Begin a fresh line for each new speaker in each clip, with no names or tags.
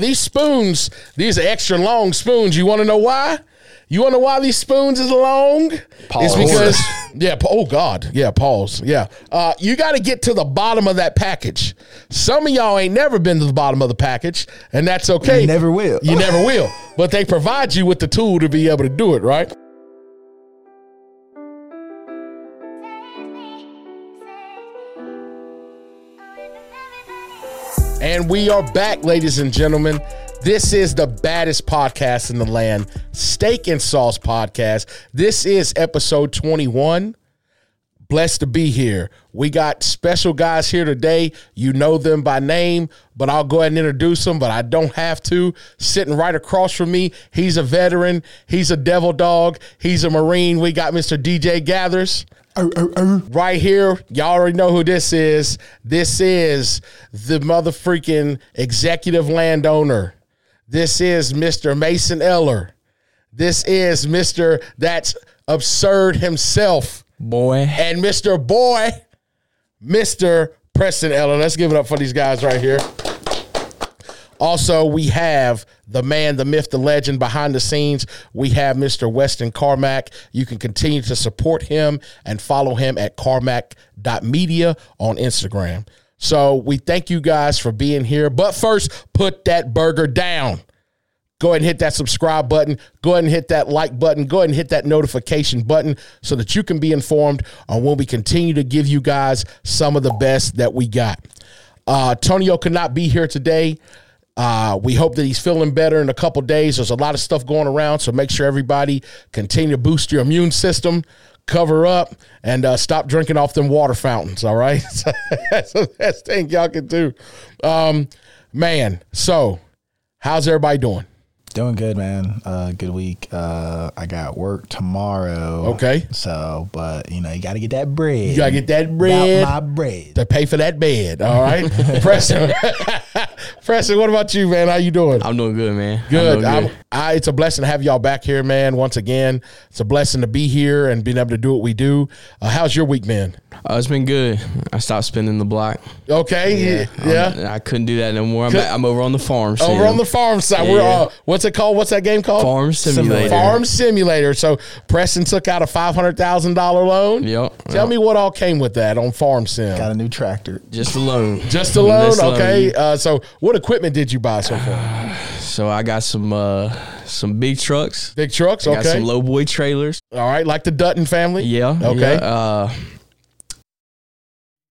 These spoons, these extra long spoons. You want to know why? You want to know why these spoons is long?
Pause.
It's because yeah. pa- Oh God, yeah. Pause. Yeah. Uh, you got to get to the bottom of that package. Some of y'all ain't never been to the bottom of the package, and that's okay.
You never will.
You never will. But they provide you with the tool to be able to do it, right? And we are back, ladies and gentlemen. This is the baddest podcast in the land, Steak and Sauce Podcast. This is episode 21. Blessed to be here. We got special guys here today. You know them by name, but I'll go ahead and introduce them, but I don't have to. Sitting right across from me, he's a veteran, he's a devil dog, he's a Marine. We got Mr. DJ Gathers oh, right here. Y'all already know who this is. This is the mother freaking executive landowner. This is Mr. Mason Eller. This is Mr. That's absurd himself.
Boy.
And Mr. Boy, Mr. Preston Eller. Let's give it up for these guys right here. Also, we have the man, the myth, the legend behind the scenes. We have Mr. Weston Carmack. You can continue to support him and follow him at carmack.media on Instagram. So, we thank you guys for being here. But first, put that burger down go ahead and hit that subscribe button. Go ahead and hit that like button. Go ahead and hit that notification button so that you can be informed on when we continue to give you guys some of the best that we got. Uh, Tonio could not be here today. Uh, we hope that he's feeling better in a couple days. There's a lot of stuff going around, so make sure everybody continue to boost your immune system, cover up, and uh, stop drinking off them water fountains. All right, so that's the best thing y'all can do. Um, man, so how's everybody doing?
Doing good, man. Uh, good week. Uh, I got work tomorrow.
Okay.
So, but you know, you got to get that bread.
You gotta get that bread
Got my bread.
to pay for that bed. All right, Preston. Preston, what about you, man? How you doing?
I'm doing good, man. I'm
good.
doing
I'm, I, it's a blessing to have y'all back here, man. Once again, it's a blessing to be here and being able to do what we do. Uh, how's your week been?
Uh, it's been good. I stopped spinning the block.
Okay, yeah.
I'm- I couldn't do that no more. I'm, I'm over on the farm.
Over
sim.
on the farm side, we're
Yeah.
all. What's it called? What's that game called?
farm simulator.
Farm simulator. So Preston took out a five hundred thousand dollar loan.
Yep.
Tell me what all came with that on farm sim.
Got a new tractor.
Just alone.
Just a loan,
Just a loan.
okay. Uh, so, what equipment did you buy so far?
So I got some uh some big trucks.
Big trucks,
I got
okay.
some low boy trailers.
All right, like the Dutton family.
Yeah.
Okay.
yeah. Uh,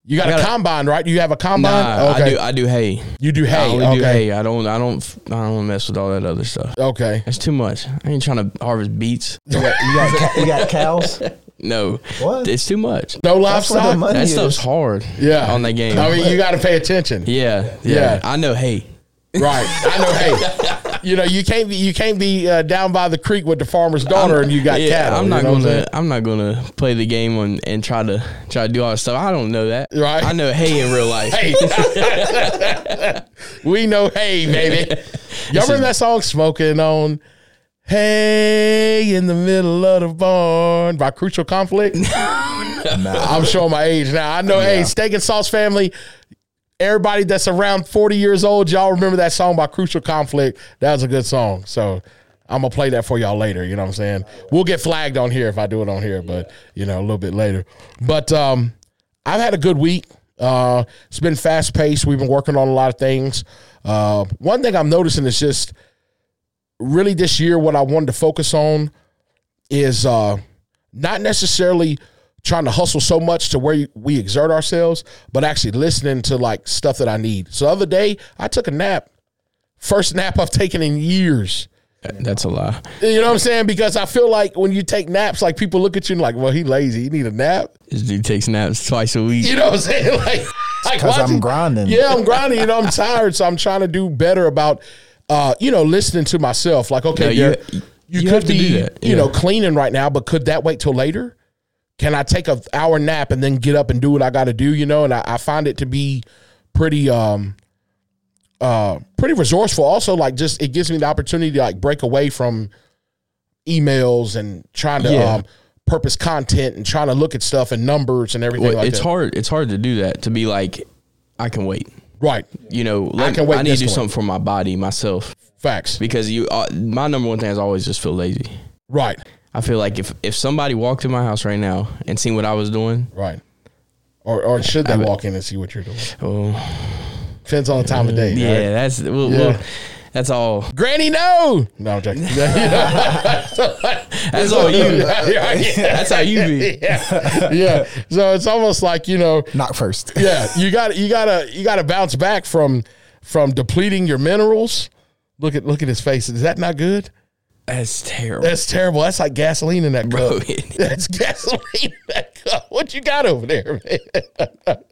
You got,
I got
a
a-
combine, right? You have a combine.
nah,
okay.
I do. I do hay.
you do
I
hay.
only
Okay.
do hay. I don't. I don't. I don't mess with all that other stuff.
Okay.
That's too much. I ain't trying to harvest beets.
You got, you got, ca- you got cows.
No,
What?
it's too much.
No
That's where the
livestock.
money
That
is.
stuff's hard.
Yeah.
on that game.
I mean, you got to pay attention.
Yeah,
Yeah.
yeah. I know. Hey,
Right. I know hay. You know, you can't be you can't be uh, down by the creek with the farmer's daughter and you got
yeah,
cattle.
I'm
you
not
know what
gonna.
saying?
I'm not gonna play the game on and try to try to do all that stuff. I don't know that.
Right.
I know. Hey, in real life.
Hey. we know hey, baby. Y'all remember that song Smoking on Hey in the Middle of the Barn by Crucial Conflict?
Nah.
I'm showing my age now. I know, hey, Steak and Sauce family, everybody that's around 40 years old, y'all remember that song by Crucial Conflict. That was a good song. So I'm going to play that for y'all later. You know what I'm saying? We'll get flagged on here if I do it on here, but, you know, a little bit later. But um, I've had a good week. Uh, it's been fast paced. We've been working on a lot of things. Uh, one thing I'm noticing is just really this year, what I wanted to focus on is uh, not necessarily trying to hustle so much to where you- we exert ourselves, but actually listening to like stuff that I need. So the other day, I took a nap. First nap I've taken in years.
That's a lie.
You know what I'm saying? Because I feel like when you take naps, like people look at you and like, well, he lazy. He need a nap.
This dude takes naps twice a week.
You know what I'm saying? Like, like
Cause
why
I'm
you-
grinding.
Yeah, I'm grinding. You know, I'm tired, so I'm trying to do better about, uh, you know, listening to myself. Like, okay,
No, you-
Derek, you,
you
could
have to
be,
do that,
you
yeah.
know, cleaning right now, but could that wait till later? Can I take a hour nap and then get up and do what I got to do? You know, and I, I find it to be pretty, um, uh, pretty resourceful. Also, like, just it gives me the opportunity to like break away from emails and trying to.
Yeah.
Um, purpose content and trying to look at stuff and numbers and everything
Well,
like
it's
that.
hard. It's hard to do that. To be like, I can wait.
Right.
You know, let, I,
can wait
need to
this
do
one.
something for my body myself
Facts.
because you. Uh, my number one thing is always just feel lazy.
Right.
I feel like if if somebody walked in my house right now and seen what I was doing,
Right. Or, or should they walk in and see what you're doing?
oh
Depends on the time of day.
yeah,
right?
that's well,
Yeah.
well, that's all.
Granny, no. No, I'm joking.
That's all you.
yeah, yeah,
That's how you be.
yeah, yeah. So it's almost like you know,
Knock first.
yeah. You got you gotta you gotta bounce back from from depleting your minerals. Look at look at his face. Is that not good?
That's terrible,
That's terrible. That's like gasoline in that
bro.
cup. That's gasoline in that cup. What you got over there, man?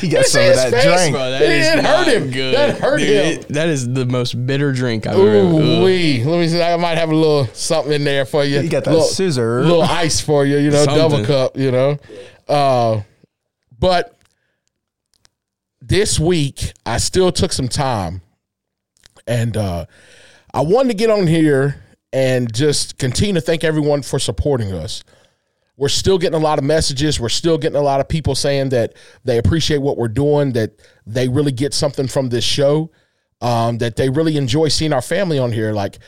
He got some of
his
that
face,
drink.
bro.
Bro, that is
It hurt
not
him.
Good.
That hurt
Dude,
him.
it- that is the most bitter drink I've ever.
Ooh,
Ugh.
wee. Let me see. I might have a little something in there for you.
You got that
little,
scissor.
little ice for you. You know, double
Something.
cup. You know, uh, but this week I still took some time, and uh, I wanted to get on here and just continue to thank everyone for supporting us. We're still getting a lot of messages. We're still getting a lot of people saying that they appreciate what we're doing, that they really get something from this show um, that they really enjoy seeing our family on here. Like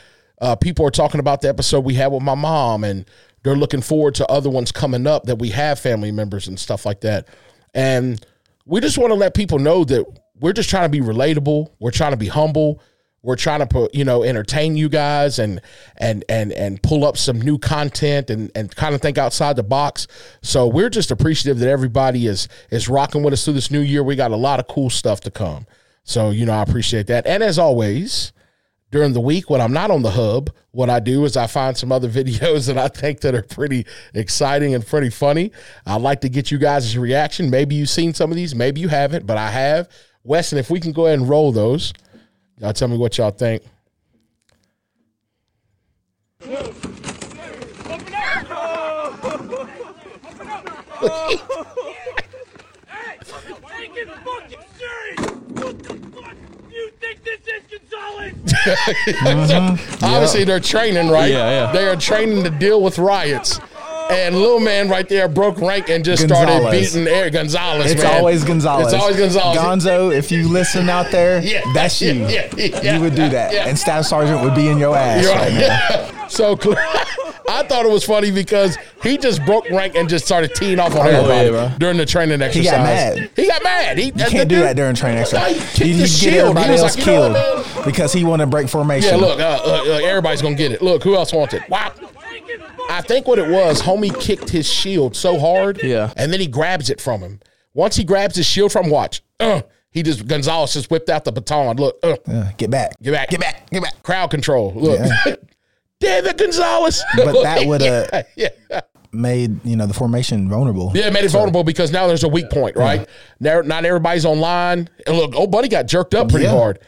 uh, people are talking about the episode we had with my mom, and they're looking forward to other ones coming up that we have family members and stuff like that. And we just want to let people know that we're just trying to be relatable. We're trying to be humble. We're trying to put, you know, entertain you guys and and and and pull up some new content and and kind of think outside the box. So we're just appreciative that everybody is is rocking with us through this new year. We got a lot of cool stuff to come. So, you know, I appreciate that. And as always, during the week when I'm not on the hub, what I do is I find some other videos that I think that are pretty exciting and pretty funny. I'd like to get you guys' reaction. Maybe you've seen some of these, maybe you haven't, but I have. Weston, if we can go ahead and roll those, y'all tell me what y'all think.
Open up! Open up! hey! Take it fucking serious! What the fuck you think this is, Gonzalez?
Obviously, they're training, right?
Yeah, yeah.
They are training to deal with riots. And little man right there broke rank and just started
Gonzalez.
beating Eric Gonzalez.
It's
man.
always Gonzalez.
It's always Gonzalez.
Gonzo, if you listen out there,
Yeah,
that's
yeah,
you.
yeah, yeah,
you would do that.
yeah.
And Staff Sergeant would be in your ass.
You're
right
right.
now.
so cl- I thought it was funny because he just broke rank and just started teeing off on
yeah,
everybody
bro.
during the training exercise.
mad.
He got mad. He
You can't do that during training
He
exercise.
kicked
You, you
the
get
shield. He
everybody
was
else
like, you know
killed
what,
because he want to break
Yeah,
formation.
look, uh, uh, uh, everybody's gonna get it. Look, who else wants it? Wow.
Take it fucking
I think what it was, homie kicked his shield so hard,
Yeah.
and then he grabs it from him. Once he grabs his shield from, him, watch, uh, he just Gonzalez just whipped out the baton. Look, uh,
Yeah, get back.
get back,
Get back. Get back.
crowd control. Look, David Gonzalez.
But that would've-
yeah, yeah.
Made you know the formation vulnerable.
Yeah, it made it vulnerable because now there's a weak point, right? Now, not everybody's online. And look, old buddy got jerked up pretty
Yeah.
hard.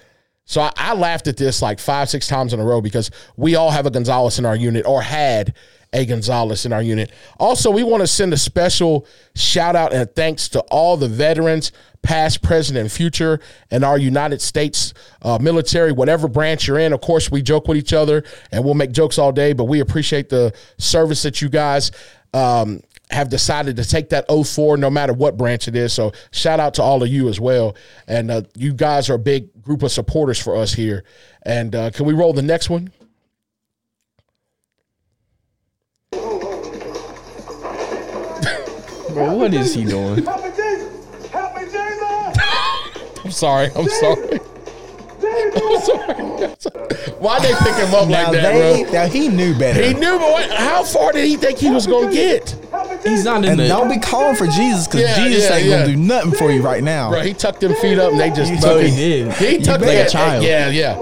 So I, I laughed at this like five, six times in a row because we all have a Gonzalez in our unit or had a Gonzalez in our unit. Also, we want to send a special shout out and thanks to all the veterans, past, present, and future, and our United States uh, military, whatever branch you're in. Of course, we joke with each other and we'll make jokes all day, but we appreciate the service that you guys. Um, have decided to take that oath for no matter what branch it is. So shout out to all of you as well. And uh, you guys are a big group of supporters for us here. And uh, can we roll the next one?
Bro, what is he doing?
Help me, Jesus! Help me, Jesus!
I'm sorry. I'm sorry.
Jesus!
I'm sorry. Why they pick him up like
Now
that,
they
bro?
now he knew better.
He knew, but what, how far did he think he was going to get?
Help me,
He's
Jesus!
not in
and
the.
don't be calling for Jesus because
Yeah,
Jesus
yeah,
ain't
yeah.
gonna do nothing for you right now.
Bro, he tucked them feet up and they just
You
took
told
it.
he did.
He
You
took
beg a
that.
child.
Yeah, yeah.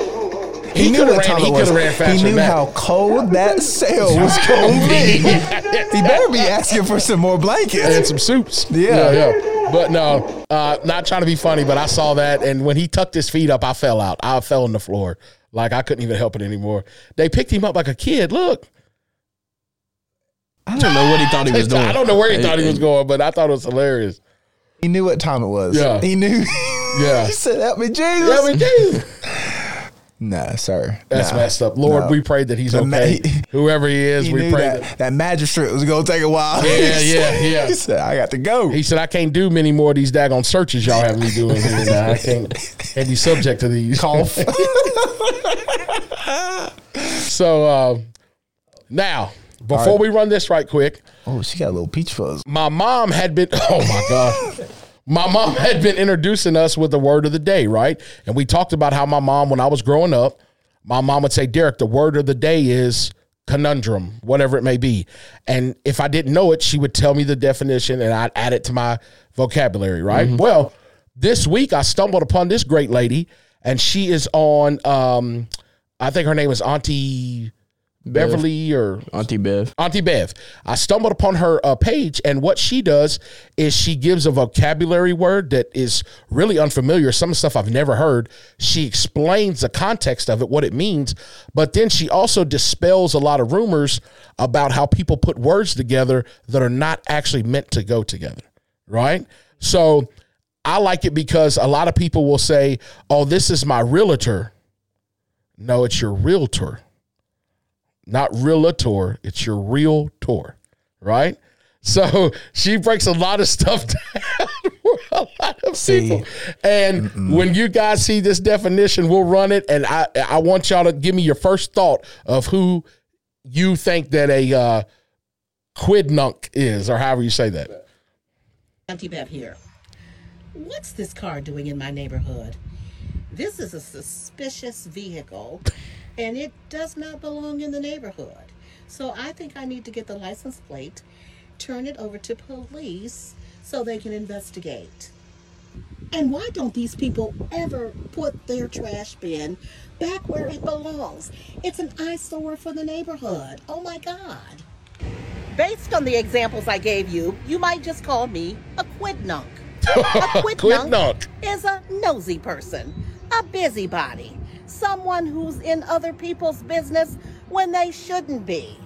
He,
knew
coulda ran-
what time
he
it
coulda
was.
ran faster
He
than
knew
that.
how cold that cell was gonna be. he better be asking for some more
and
blankets.
some soups. yeah,
Yeah.
yeah. But no, uh, not trying to be funny, but I saw that, and when he tucked his feet up, I fell out. I fell on the floor, like I couldn't even help it anymore. They picked him up like a kid. Look,
I don't know what he thought he was doing.
I don't know where he
Hey,
thought he was going, but I thought it was hilarious.
He knew what time it was.
Yeah.
He knew.
Yeah.
he said, "Help me, Jesus."
Yeah, we do.
Nah, sir.
That's
Nah.
messed up. Lord,
No.
we prayed that he's
The ma-
okay.
he-
Whoever he is,
He
we
knew
pray
that,
that.
that magistrate was gonna take a while.
Yeah, yeah, yeah.
he said, "I got to go."
He said, I can't do many more of these daggone searches y'all have me doing here now. I can't, can't be subject to these. Cough. so uh, now, before we run this right quick,
oh, she got a little peach fuzz.
my mom had been oh my god my mom had been introducing us with the word of the day right and we talked about how my mom when i was growing up my mom would say derek the word of the day is conundrum whatever it may be and if i didn't know it she would tell me the definition and i'd add it to my vocabulary right well this week i stumbled upon this great lady and she is on um i think her name is auntie beverly or
Auntie Bev.
Auntie Bev. I stumbled upon her uh, page, and what she does is she gives a vocabulary word that is really unfamiliar, some stuff I've never heard. She explains the context of it, what it means, but then she also dispels a lot of rumors about how people put words together that are not actually meant to go together, right? So I like it because a lot of people will say, oh, this is my realtor. No, it's your realtor not realtor, it's your real tour, right? So she breaks a lot of stuff down for a lot of people. And when you guys see this definition, we'll run it. And I, I want y'all to give me your first thought of who you think that a uh, quidnunc is, or however you say that.
Auntie Bev here. What's this car doing in my neighborhood? This is a suspicious vehicle and it does not belong in the neighborhood. So I think I need to get the license plate, turn it over to police so they can investigate. And why don't these people ever put their trash bin back where it belongs? It's an eyesore for the neighborhood. Oh my God. Based on the examples I gave you, you might just call me a quidnunc. A
Quidnunc.
quidnunc is a nosy person, a busybody, someone who's in other people's business when they shouldn't be.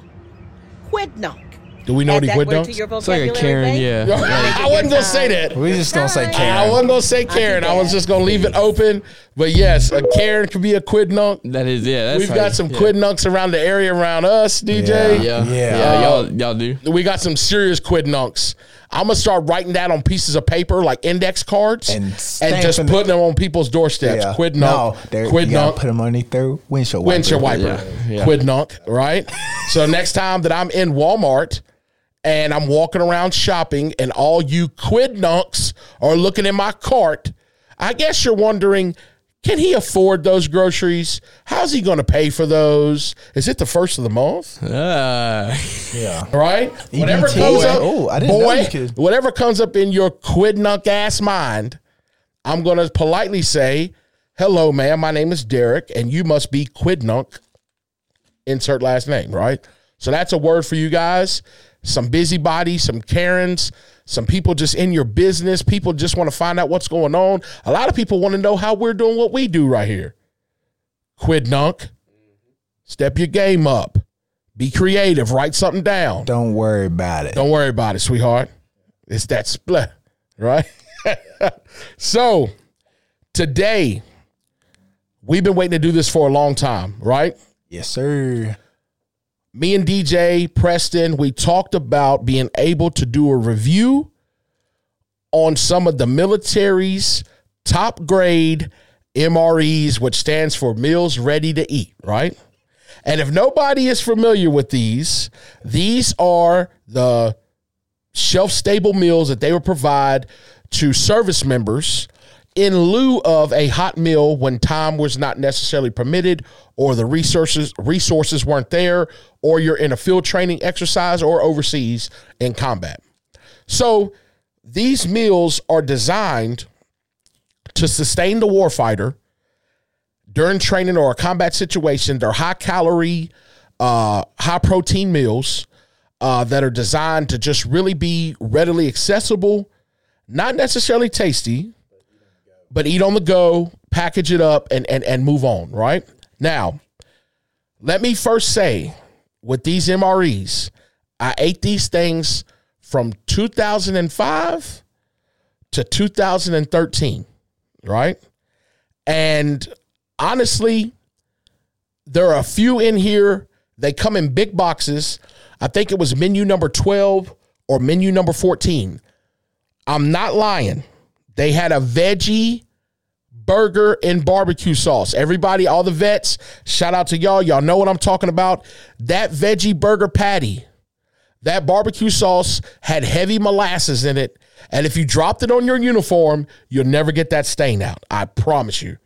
Quidnunc.
Do we know
Add
any
that word to
quidnuncs?
your
It's like a
vocabulary,
Karen,
babe.
yeah.
I wasn't gonna say that.
We just gonna say
Hi.
I
Karen.
wasn't gonna say Karen. I was
Bev,
just gonna leave it open. But yes, a Karen could be a quidnunc.
That is, yeah. That's
We've
how-
got some
yeah.
quidnuncs around the area around us, DJ.
Yeah, yeah,
Yeah.
y'all, y'all do.
We got some serious quidnuncs. I'm gonna start writing that on pieces of paper, like index cards,
And
and, just
stamping it.
putting them on people's doorsteps.
Yeah.
Quidnunc,
No, there, you gotta
quidnunc,
put them underneath their windshield wiper.
windshield wiper,
Yeah, yeah.
quidnunc. Right. so next time that I'm in Walmart and I'm walking around shopping, and all you quidnuncs are looking in my cart, I guess you're wondering. Can he afford those groceries? How's he going to pay for those? Is it the first of the month?
Uh,
right?
E
Whatever
EBT.
comes
Boy.
up,
Oh, I didn't know
boy,
you could-
whatever comes up in your quidnunc ass mind, I'm gonna politely say, "Hello, ma'am. My name is Derek, and you must be quidnunc." Insert last name, right? So that's a word for you guys. Some busybodies, some Karens, some people just in your business. People just want to find out what's going on. A lot of people want to know how we're doing what we do right here. Quidnunc, step your game up. Be creative. Write something down.
Don't worry about it.
Don't worry about it, sweetheart. It's that split, right? so today, we've been waiting to do this for a long time, right?
Yes, sir.
Me and DJ Preston, we talked about being able to do a review on some of the military's top grade MREs, which stands for meals ready to eat, right? And if nobody is familiar with these, these are the shelf stable meals that they would provide to service members in lieu of a hot meal when time was not necessarily permitted or the resources resources weren't there or you're in a field training exercise or overseas in combat. So these meals are designed to sustain the warfighter during training or a combat situation. They're high calorie, uh, high protein meals uh, that are designed to just really be readily accessible, not necessarily tasty, but eat on the go, package it up, and and and move on. Right now, let me first say with these MREs, I ate these things from 2005 to 2013, right? And honestly, There are a few in here. They come in big boxes. I think it was menu number 12 or menu number 14. I'm not lying. They had a veggie burger and barbecue sauce. Everybody, all the vets, shout out to y'all. Y'all know what I'm talking about. That veggie burger patty, that barbecue sauce had heavy molasses in it. And if you dropped it on your uniform, you'll never get that stain out. I promise you.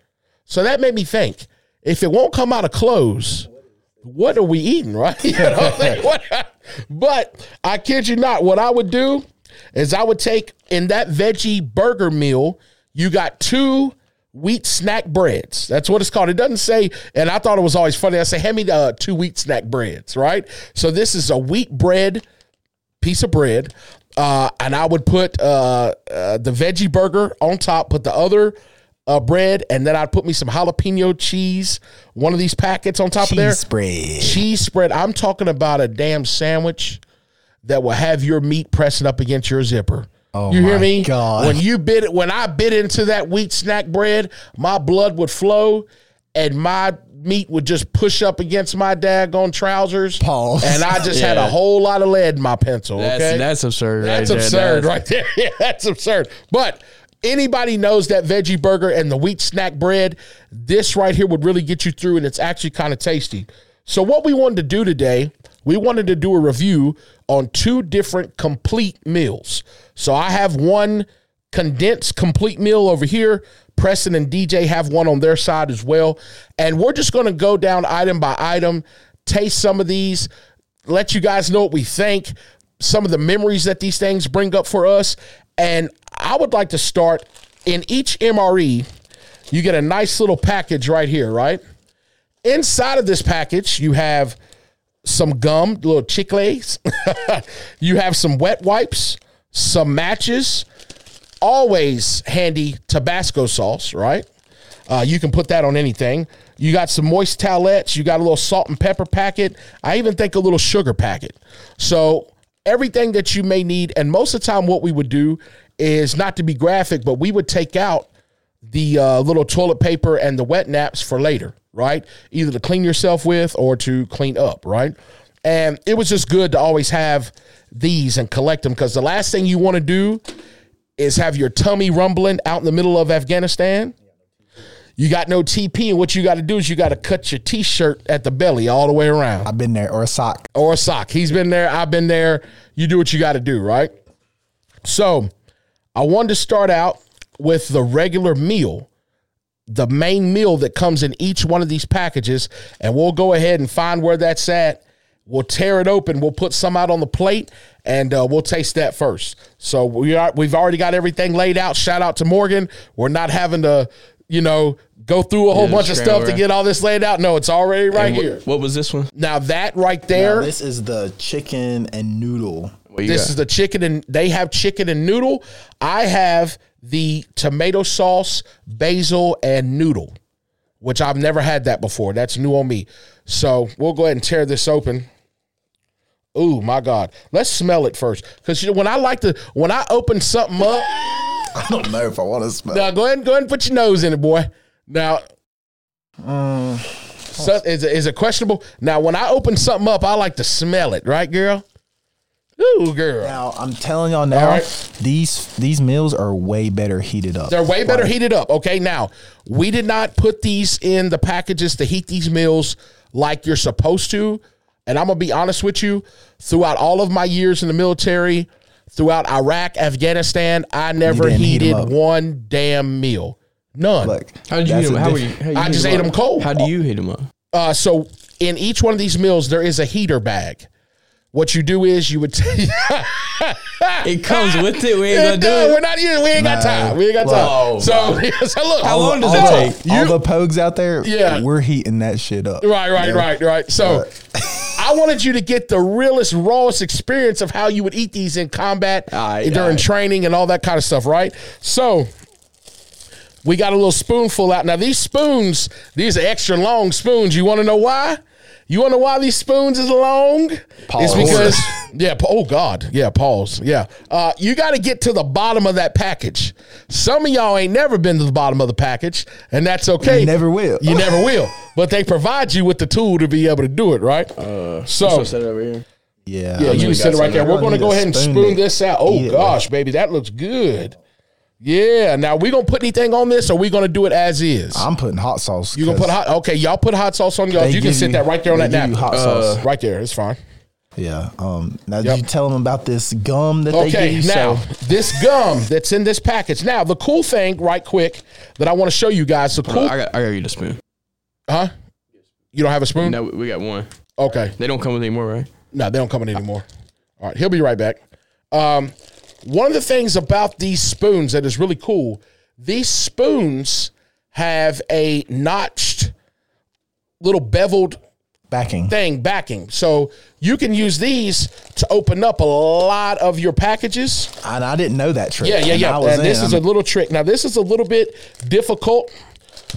So that made me think if it won't come out of clothes, what are we eating, right? You know what I'm saying? What- but I kid you not, what I would do is I would take in that veggie burger meal, you got two wheat snack breads. That's what it's called. It doesn't say, and I thought it was always funny. I say, hand me the uh, two wheat snack breads, right? So this is a wheat bread piece of bread, uh, and I would put uh, uh, the veggie burger on top, put the other uh, bread, and then I'd put me some jalapeno cheese, one of these packets on top of there.
Cheese spread.
Cheese spread. I'm talking about a damn sandwich that will have your meat pressing up against your zipper.
Oh
you hear
my
me?
God.
When you bit it, when I bit into that wheat snack bread, my blood would flow, and my meat would just push up against my daggone trousers.
Pause.
And I just had a
Yeah.
whole lot of lead in my pencil.
That's
okay,
that's absurd.
That's
right there.
absurd,
That's-
right there. Yeah, that's absurd. But anybody knows that veggie burger and the wheat snack bread, this right here would really get you through, and it's actually kind of tasty. So, what we wanted to do today, we wanted to do a review on two different complete meals. So, I have one condensed complete meal over here. Preston and DJ have one on their side as well. And we're just going to go down item by item, taste some of these, let you guys know what we think, some of the memories that these things bring up for us. And I would like to start in each MRE, you get a nice little package right here, right? Inside of this package, you have some gum, little chicles. you have some wet wipes, some matches, always handy Tabasco sauce, right? Uh, you can put that on anything. You got some moist towelettes. You got a little salt and pepper packet. I even think a little sugar packet. So everything that you may need. And most of the time, what we would do is not to be graphic, but we would take out the uh, little toilet paper and the wet naps for later, right? Either to clean yourself with or to clean up, right? And it was just good to always have these and collect them because the last thing you want to do is have your tummy rumbling out in the middle of Afghanistan. You got no TP, and what you got to do is you got to cut your T-shirt at the belly all the way around
I've been there. Or a sock.
or a sock. He's been there. I've been there. You do what you got to do, right? So I wanted to start out with the regular meal, the main meal that comes in each one of these packages. And we'll go ahead and find where that's at. We'll tear it open. We'll put some out on the plate and uh, we'll taste that first. So we are, we've already got everything laid out. Shout out to Morgan. We're not having to, you know, go through a whole
Yeah,
bunch of
scramble
stuff to
around.
get all this laid out. No, it's already right
And wh-
here.
What was this one?
Now that right there,
This is the chicken and noodle.
What you
this
got?
is the chicken and they have chicken and noodle. I have the tomato sauce, basil, and noodle, which I've never had that before. That's new on me. So we'll go ahead and tear this open. Ooh, my God. Let's smell it first. Because when I like to, when I open something up,
I don't know if I want to smell.
now go ahead and go ahead and put your nose in it, boy. Now, so- is, it- is it questionable? Now, when I open something up, I like to smell it, right, girl? Ooh, girl.
Now I'm telling y'all now,
right.
these these meals are way better heated up.
They're way better heated up. Okay, now we did not put these in the packages to heat these meals like you're supposed to. And I'm gonna be honest with you, throughout all of my years in the military, throughout Iraq, Afghanistan, I never
didn't heat 'em
heated
up.
one damn meal. None.
Like,
How did you
that's
hit him?
a
How were you?
diff-
How you
I
hit
just
him
ate
up?
them cold.
How do you hit him up?
Uh, so in each one of these meals, there is a heater bag. What you do is you would.
It comes with it. We ain't
No,
gonna do
we're
it.
not eating. We ain't got time. We ain't got time.
Whoa.
So, so look. Oh,
How long does
All,
it
so
take?
the, all the pogues out there,
Yeah.
we're heating that shit up.
Right, right, right, right. So I wanted you to get the realest, rawest experience of how you would eat these in combat
Aye,
during
aye.
training and all that kind of stuff, right? So we got a little spoonful out. Now, these spoons, these are extra long spoons. You want to know why? You wanna know why these spoons is long?
Pause.
It's because yeah. pa- Oh God. Yeah. Pause. Yeah. Uh, you got to get to the bottom of that package. Some of y'all ain't never been to the bottom of the package, and that's okay.
You never will.
You never will. But they provide you with the tool to be able to do it, right? so.
So set it over here.
Yeah,
Yeah.
you can
you
sit
got
it right
some.
there. We're
You're
going to
gonna
go
need a
ahead and
spoon
spoon
to
this out. Oh
eat it
gosh, baby, that looks good. Yeah. Now we gonna put anything on this, or we gonna do it as is?
I'm putting hot sauce.
You gonna put hot? Okay, y'all put hot sauce on y'all.
They
You can
give
sit
you-
that right there on
they
that
give you
napkin.
hot
Uh,
sauce.
right there, it's fine.
Yeah. Um. Now
Yep.
you tell them about this gum that they give
Okay,
you.
now
so-
this gum that's in this package. Now the cool thing, right quick, that I want to show you guys. The cool,
I got I got you the spoon.
huh? You don't have a spoon?
No, we got one.
Okay,
They don't come with any more, right?
No, they don't come in anymore. All right, he'll be right back. Um, one of the things about these spoons that is really cool, these spoons have a notched little beveled
backing.
thing backing. So you can use these to open up a lot of your packages.
And I didn't know that trick.
Yeah, yeah,
And
yeah.
I
And,
was
this
in.
is a
I'm-
little trick. Now, this is a little bit difficult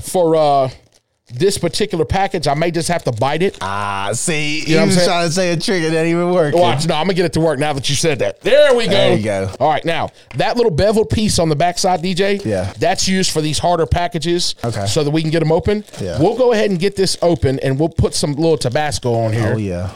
for uh, this particular package. I may just have to bite it.
ah. See, you,
know what I'm
was
saying?
trying to say a trick that ain't even working.
Watch, no, I'm gonna get it to work now that you said that. There we go.
There you go.
All right, now that little beveled piece on the backside, DJ.
Yeah.
that's used for these harder packages.
Okay.
so that we can get them open.
Yeah.
we'll go ahead and get this open, and we'll put some little Tabasco on here.
Oh yeah.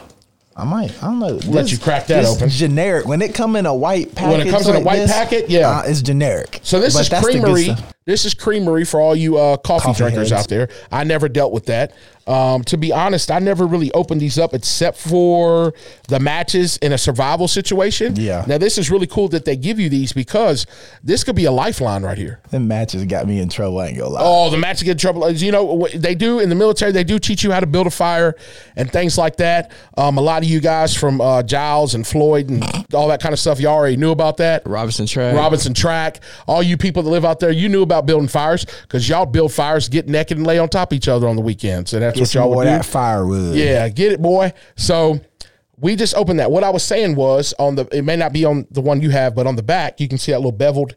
I might. I don't know.
Let you crack that
this
open.
Generic. When it come in a white package.
When it comes in a
like
white
this,
packet, yeah.
uh, it's generic.
So this
But
is
that's the good
creamery.
stuff.
This is creamery for all you uh, coffee,
Coffee
drinkers
heads.
out there. I never dealt with that. Um, to be honest, I never really opened these up except for the matches in a survival situation.
Yeah.
Now this is really cool that they give you these because this could be a lifeline right here.
Them matches got me in trouble. I ain't gonna lie.
Oh, the match to get in trouble. As You know what they do in the military. They do teach you how to build a fire and things like that. Um, a lot of you guys from uh, Giles and Floyd and all that kind of stuff, y'all already knew about that.
Robinson Track.
Robinson Track, all you people that live out there, you knew about building fires because y'all build fires, get naked and lay on top of each other on the weekends, and that's
Get
what
some
y'all
more
would
of
do.
that firewood.
Yeah, get it, boy. So we just opened that. What I was saying was on the it may not be on the one you have, but on the back you can see that little beveled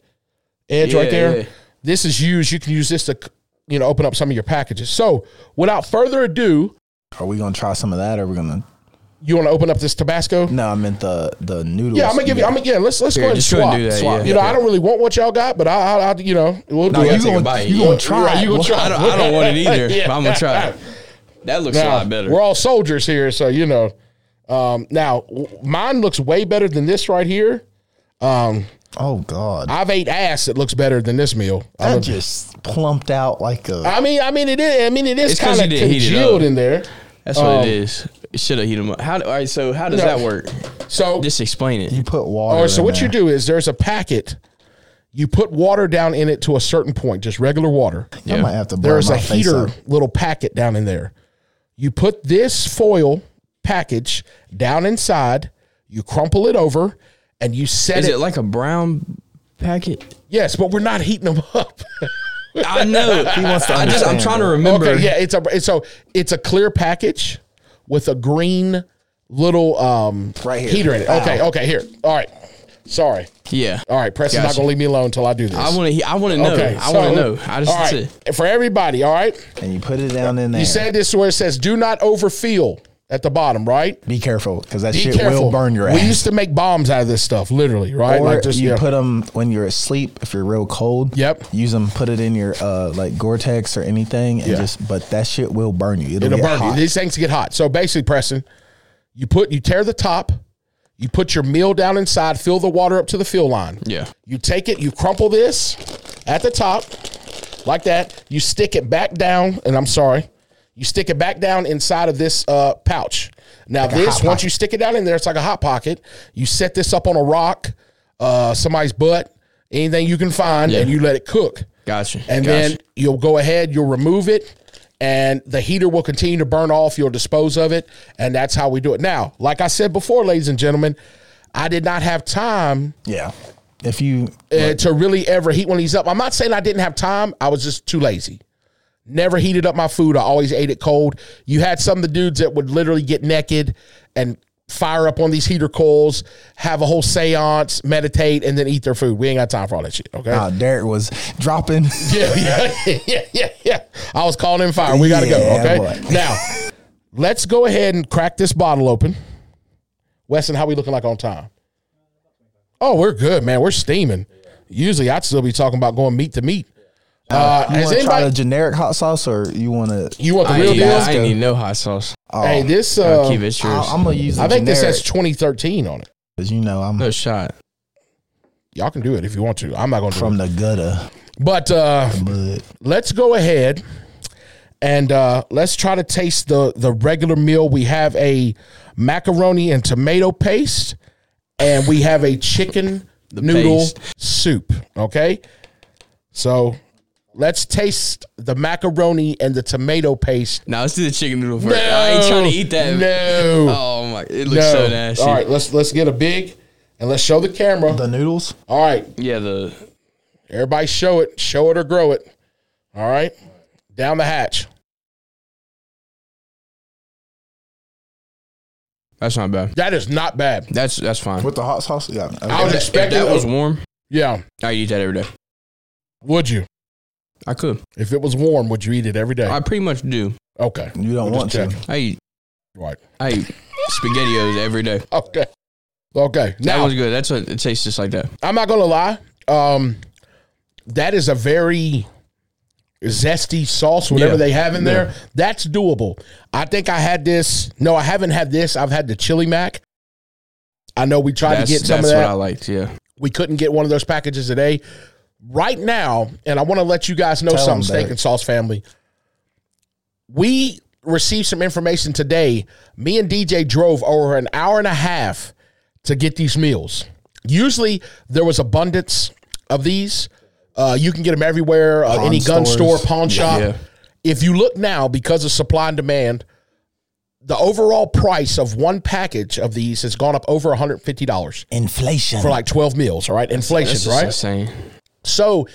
edge right
Yeah,
there.
yeah.
This is used. You can use this to you know open up some of your packages. So without further ado,
Are we gonna try some of that? Or we gonna?
you want to open up this Tabasco?
No, I meant the the noodles.
Yeah, I'm gonna give you.
got.
I'm gonna, yeah, let's let's
Yeah,
go ahead and
just go
swap.
and do that,
swap.
yeah.
you know, I
Yeah.
don't really want what y'all got, but I, I, I you know, we'll do
you
it.
gotta take a bite.
you gonna try
Right,
it.
you gonna
Well,
try?
I don't, I don't want it either, but I'm gonna try it. That looks a
Now,
lot better.
We're all soldiers here, so you know. Um, now w- mine looks way better than this right here.
Oh God,
I've ate ass that looks better than this meal. I,
that
look-
just plumped out like a.
I mean, I mean it is. I mean it is
It's
kind
'cause
of
you didn't heat it
congealed
up.
in there.
That's what it is. It should have heated them up. How, do- all right, so how does
um, No.
that work?
So,
Just explain
You
it.
put water.
all right, Oh, so
in
what you
there.
do is there's a packet. You put water down in it to a certain point, just regular water.
I
Yeah.
might have to. blow
There's
my
a
face
heater
up.
little packet down in there. You put this foil package down inside. You crumple it over, and you set
Is
it.
it like a brown packet?
yes, but we're not heating them up.
I know. He wants to I just, I'm
understand.
trying to remember.
Okay, yeah, it's a it's- so it's a clear package with a green little um
Right here.
heater in it.
Wow.
Okay, okay, here. All right. Sorry.
Yeah.
All right, Preston's not
Gotcha.
going to leave me alone until I do this.
I want to. I want to know. I
so-
want to know. I just.
all right,
that's it.
for everybody, all right?
and you put it down in there.
You said this where it says do not overfill at the bottom, right?
be careful because that
Be
shit
careful.
will burn your
We
ass.
used to make bombs out of this stuff, literally, right?
or
this,
you
yeah.
put them when you're asleep if you're real cold.
Yep.
Use them. Put it in your uh like Gore-Tex or anything, and
Yeah.
just but that shit will burn you. It'll,
It'll
get
burn
hot.
you. These things get hot. So basically, Preston, you put you tear the top, you put your meal down inside, fill the water up to the fill line.
Yeah.
You take it, you crumple this at the top, like that. You stick it back down, and I'm sorry. You stick it back down inside of this uh, pouch. Now,
a
this,
hot
once
pocket.
you stick it down in there, it's like a hot pocket. You set this up on a rock, uh, somebody's butt, anything you can find,
Yeah.
and you let it cook.
Gotcha.
And
Gotcha.
then you'll go ahead, you'll remove it, and the heater will continue to burn off. You'll dispose of it, and that's how we do it. Now, like I said before, ladies and gentlemen, I did not have time
Yeah. If you
uh, to really ever heat one of these up. I'm not saying I didn't have time. I was just too lazy. Never heated up my food. I always ate it cold. You had some of the dudes that would literally get naked and fire up on these heater coals, have a whole seance, meditate, and then eat their food. We ain't got time for all that shit. Okay.
uh, Derek was dropping.
Yeah, yeah, yeah, yeah, yeah. I was calling in fire. We gotta
Yeah,
go. Okay.
boy.
Now, Let's go ahead and crack this bottle open. Weston, how we looking like on time? Oh, we're good, man. We're steaming. Usually, I'd still be talking about going meat to meat. Uh,
You
has
want to try the
anybody?
generic hot sauce, or you want to?
You want the
I
real
ain't,
deal?
let's
I
go.
ain't need no hot sauce.
hey, this. Uh,
I'll keep it yours.
I'm gonna use. The
I think this
generic,
has 2013 on it.
'cause you know I'm
no shot.
Y'all can do it if you want to. I'm not going to.
from
do
the gutter.
it. But uh,
But
let's go ahead and uh, let's try to taste the the regular meal. We have a macaroni and tomato paste, and we have a chicken noodle
paste.
soup. Okay, so let's taste the macaroni and the tomato paste.
Now let's do the chicken noodle first. I ain't trying to eat that.
No,
Oh my! It
no.
looks so nasty.
All right, let's let's get a big and let's show the camera.
the noodles.
All right,
Yeah, the
everybody, show it, show it or grow it. All right, down the hatch.
that's not bad.
That is not bad.
That's that's fine.
Oh, With the hot sauce, yeah.
I was
If
expecting
that
a-
was warm.
Yeah.
I'd eat that every day.
Would you?
I could.
If it was warm, would you eat it every day?
I pretty much do.
okay.
You don't
We'll
want
just
to.
check.
I eat.
Right.
I eat spaghettios every day.
Okay. Okay.
That
Now
was good. That's what it tastes just like that.
I'm not gonna lie. Um, that is a very zesty sauce, whatever
Yeah.
they have in there.
Yeah.
That's doable. I think I had this. No, I haven't had this. I've had the chili mac. I know we tried
That's,
to get some of
that's
that.
what I liked. Yeah.
we couldn't get one of those packages today. Right now, and I want to let you guys know
Tell 'em,
something, Steak
Derek.
and Sauce family. We received some information today. Me and DJ drove over an hour and a half to get these meals. Usually, there was abundance of these. Uh, you can get them everywhere, uh,
Pawn
any gun store,
stores.
pawn shop.
Yeah.
If you look now, because of supply and demand, the overall price of one package of these has gone up over $150
Inflation.
for like 12 meals, all right?
That's
Inflation,
just
right?
insane.
So,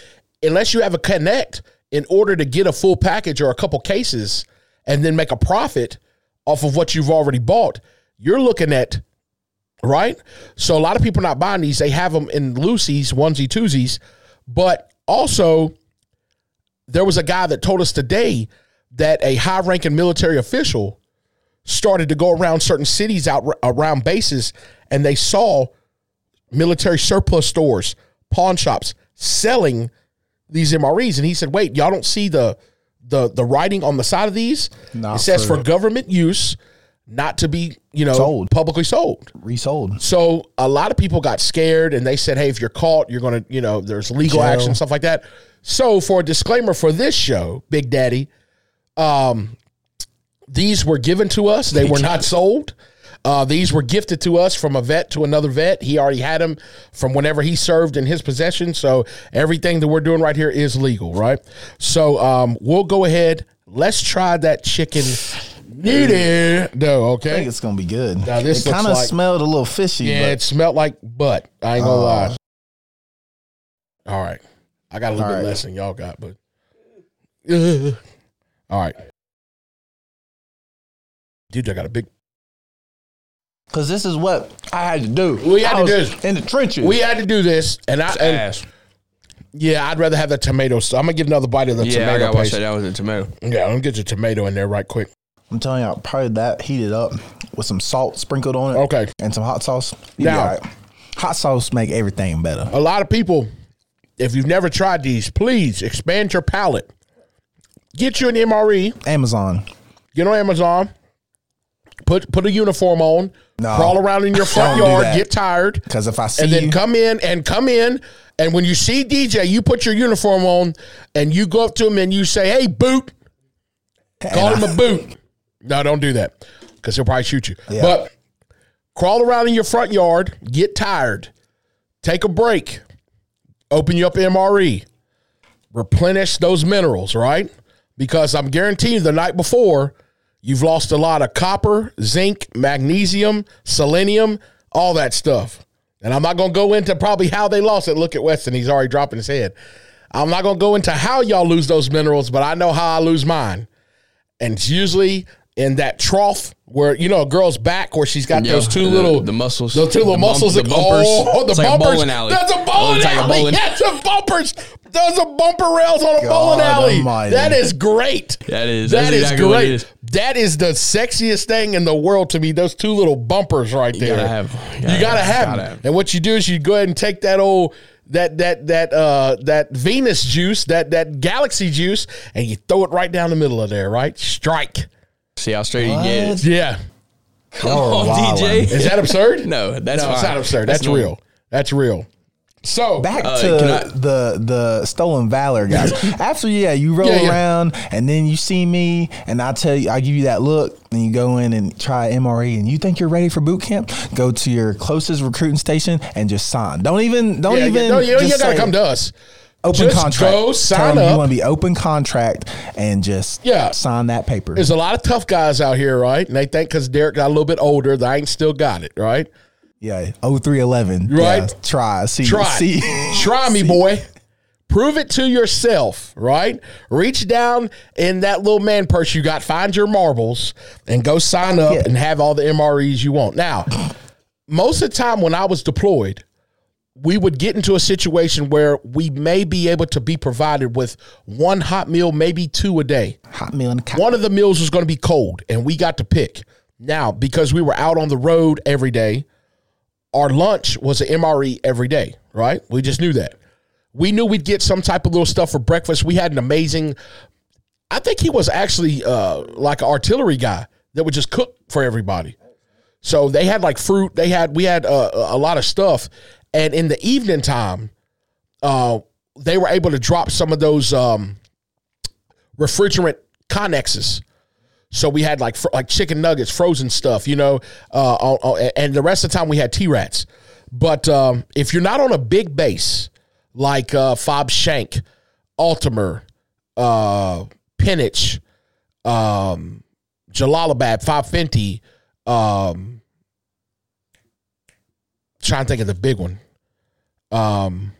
unless you have a connect in order to get a full package or a couple cases and then make a profit off of what you've already bought, you're looking at, right? So, a lot of people are not buying these. They have them in loosies, onesie, twosies. But also, there was a guy that told us today that a high ranking military official started to go around certain cities out around bases and they saw military surplus stores, pawn shops selling these MREs. And he said, wait, y'all don't see the the the writing on the side of these?
Not
it says for,
for-
government use, not to be, you know,
Sold.
publicly sold.
Resold.
So a lot of people got scared and they said, hey, if you're caught, you're going to, you know, there's legal
Jail.
action, stuff like that. So for a disclaimer for this show, Big Daddy, um, these were given to us. They were not sold. Uh, these were gifted to us from a vet to another vet. He already had them from whenever he served in his possession. So everything that we're doing right here is legal, right? So um, we'll go ahead. Let's try that chicken noodle. No,
I
okay.
think it's gonna be good.
Now, this
it
looks
kind of
like-
smelled a little fishy.
Yeah, it smelled like butt. I ain't gonna
Oh.
lie. All right, I got a little
All
bit
right.
less than y'all got, but Ugh. all right, dude, I got a big.
because this is what I had to do.
We had
I
to
was
do this.
in the trenches.
We had to do this, and I and
Ass.
yeah, I'd rather have the tomato. So I'm gonna get another bite of the
Yeah, I
tomato
gotta watch
paste.
that. That was a tomato.
Yeah, I'm gonna get your tomato in there right quick.
I'm telling y'all, probably that heated up with some salt sprinkled on it.
Okay.
and some hot sauce. You
Now-
all right. hot sauce make everything better.
A lot of people, if you've never tried these, please expand your palate. Get you an E. MRE.
Amazon.
get on Amazon, put put a uniform on,
No.
crawl around in your front
Don't do
yard,
that.
get tired,
Because if I see
and then
you,
come in and come in. And when you see DJ, you put your uniform on and you go up to him and you say, "Hey, boot!" Call him a boot. No, don't do that because he'll probably shoot you.
Yeah.
But crawl around in your front yard, get tired, take a break, open you up E, MRE, replenish those minerals, right? Because I'm guaranteeing the night before, you've lost a lot of copper, zinc, magnesium, selenium, all that stuff. And I'm not going to go into probably how they lost it. Look at Weston, he's already dropping his head. I'm not going to go into how y'all lose those minerals, but I know how I lose mine. And it's usually in that trough where you know a girl's back where she's got
Yeah,
those two
the-
little
the muscles.
those two little
The bump-
muscles,
the
that-
bumpers.
Oh, the
It's like a
bumpers.
bowling alley.
That's a
Oh,
bowling
it's like a
alley.
bowling-
That's a bumpers. Those are bumper rails on a bowling alley.
almighty.
That is great.
That is-
That
that's
is
exactly
great.
what it is.
That is the sexiest thing in the world to me. Those two little bumpers right there.
gotta have-
You
gotta
gotta
have-
have
gotta
them.
have.
And what you do is you go ahead and take that old that that that uh that Venus juice, that that galaxy juice, and you throw it right down the middle of there, right? Strike.
See how straight you get.
Yeah.
Y'all are
Oh,
wildin'.
DJ.
Is that absurd?
No, that's
no, it's
fine.
not absurd. That's,
normal.
real. That's real. So
Back
Uh, can
to
I-
the the stolen valor, guys. After yeah, you roll
Yeah, yeah.
around and then you see me, and I tell you, I give you that look, and you go in and try MRE, and you think you're ready for boot camp. Go to your closest recruiting station and just sign. Don't even, don't
Yeah, yeah,
even.
no, you, you
just
gotta
say
come to us.
open
just
contract.
go
Tell
sign
'em
up.
You want to be open contract and just
Yeah.
sign that paper.
There's a lot of tough guys out here, right? And they think because Derek got a little bit older, that I ain't still got it, right?
yeah, oh three eleven.
Right.
Yeah, try see
Try,
see.
try me, boy. Prove it to yourself, right? Reach down in that little man purse you got, find your marbles, and go sign up
Yeah.
and have all the MREs you want. Now, most of the time when I was deployed, we would get into a situation where we may be able to be provided with one hot meal, maybe two a day.
Hot meal and cotton.
One of the meals was going to be cold, and we got to pick. Now, because we were out on the road every day, our lunch was an MRE every day, right? We just knew that. We knew we'd get some type of little stuff for breakfast. We had an amazing, I think he was actually uh, like an artillery guy that would just cook for everybody. So they had like fruit, they had, we had uh, a lot of stuff. And in the evening time, uh, they were able to drop some of those um, refrigerant connexes. So we had like fr- like chicken nuggets, frozen stuff, you know, uh, on- on- and the rest of the time we had T rats. But um, if you're not on a big base like uh, Fob Shank, Altimer, uh, Penich, um, Jalalabad, Fob Fenty, um, trying to think of the big one. Um,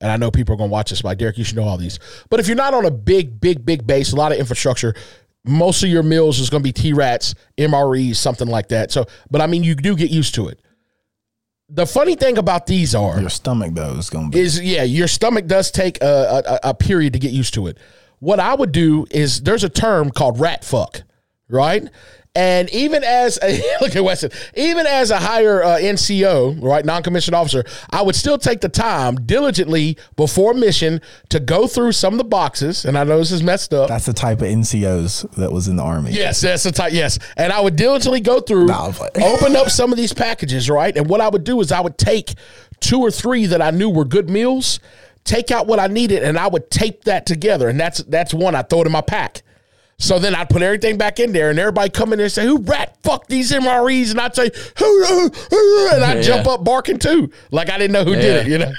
and I know people are going to watch this. Like Derek, you should know all these. But if you're not on a big, big, big base, a lot of infrastructure, most of your meals is going to be T Rats, MREs, something like that. So, but I mean, you do get used to it. The funny thing about these are
Your stomach though is gonna be.
is yeah, your stomach does take a, a, a- a period to get used to it. What I would do is there's a term called rat fuck, right? And even as a, look at Weston, even as a higher uh, NCO, right, non-commissioned officer, I would still take the time diligently before mission to go through some of the boxes. And I know this is messed up.
That's the type of NCOs that was in the army.
Yes, that's the type. Yes, and I would diligently go through,
Nah, I'm playing.
open up some of these packages, right? And what I would do is I would take two or three that I knew were good meals, take out what I needed, and I would tape that together. And that's that's one I throw it in my pack. So then I'd put everything back in there, and everybody come in there and say, "Who rat fuck these MREs?" And I'd say, "Who?" who, who?" And I would
Yeah.
jump up barking too, like I didn't know who did it. You
Yeah.
know.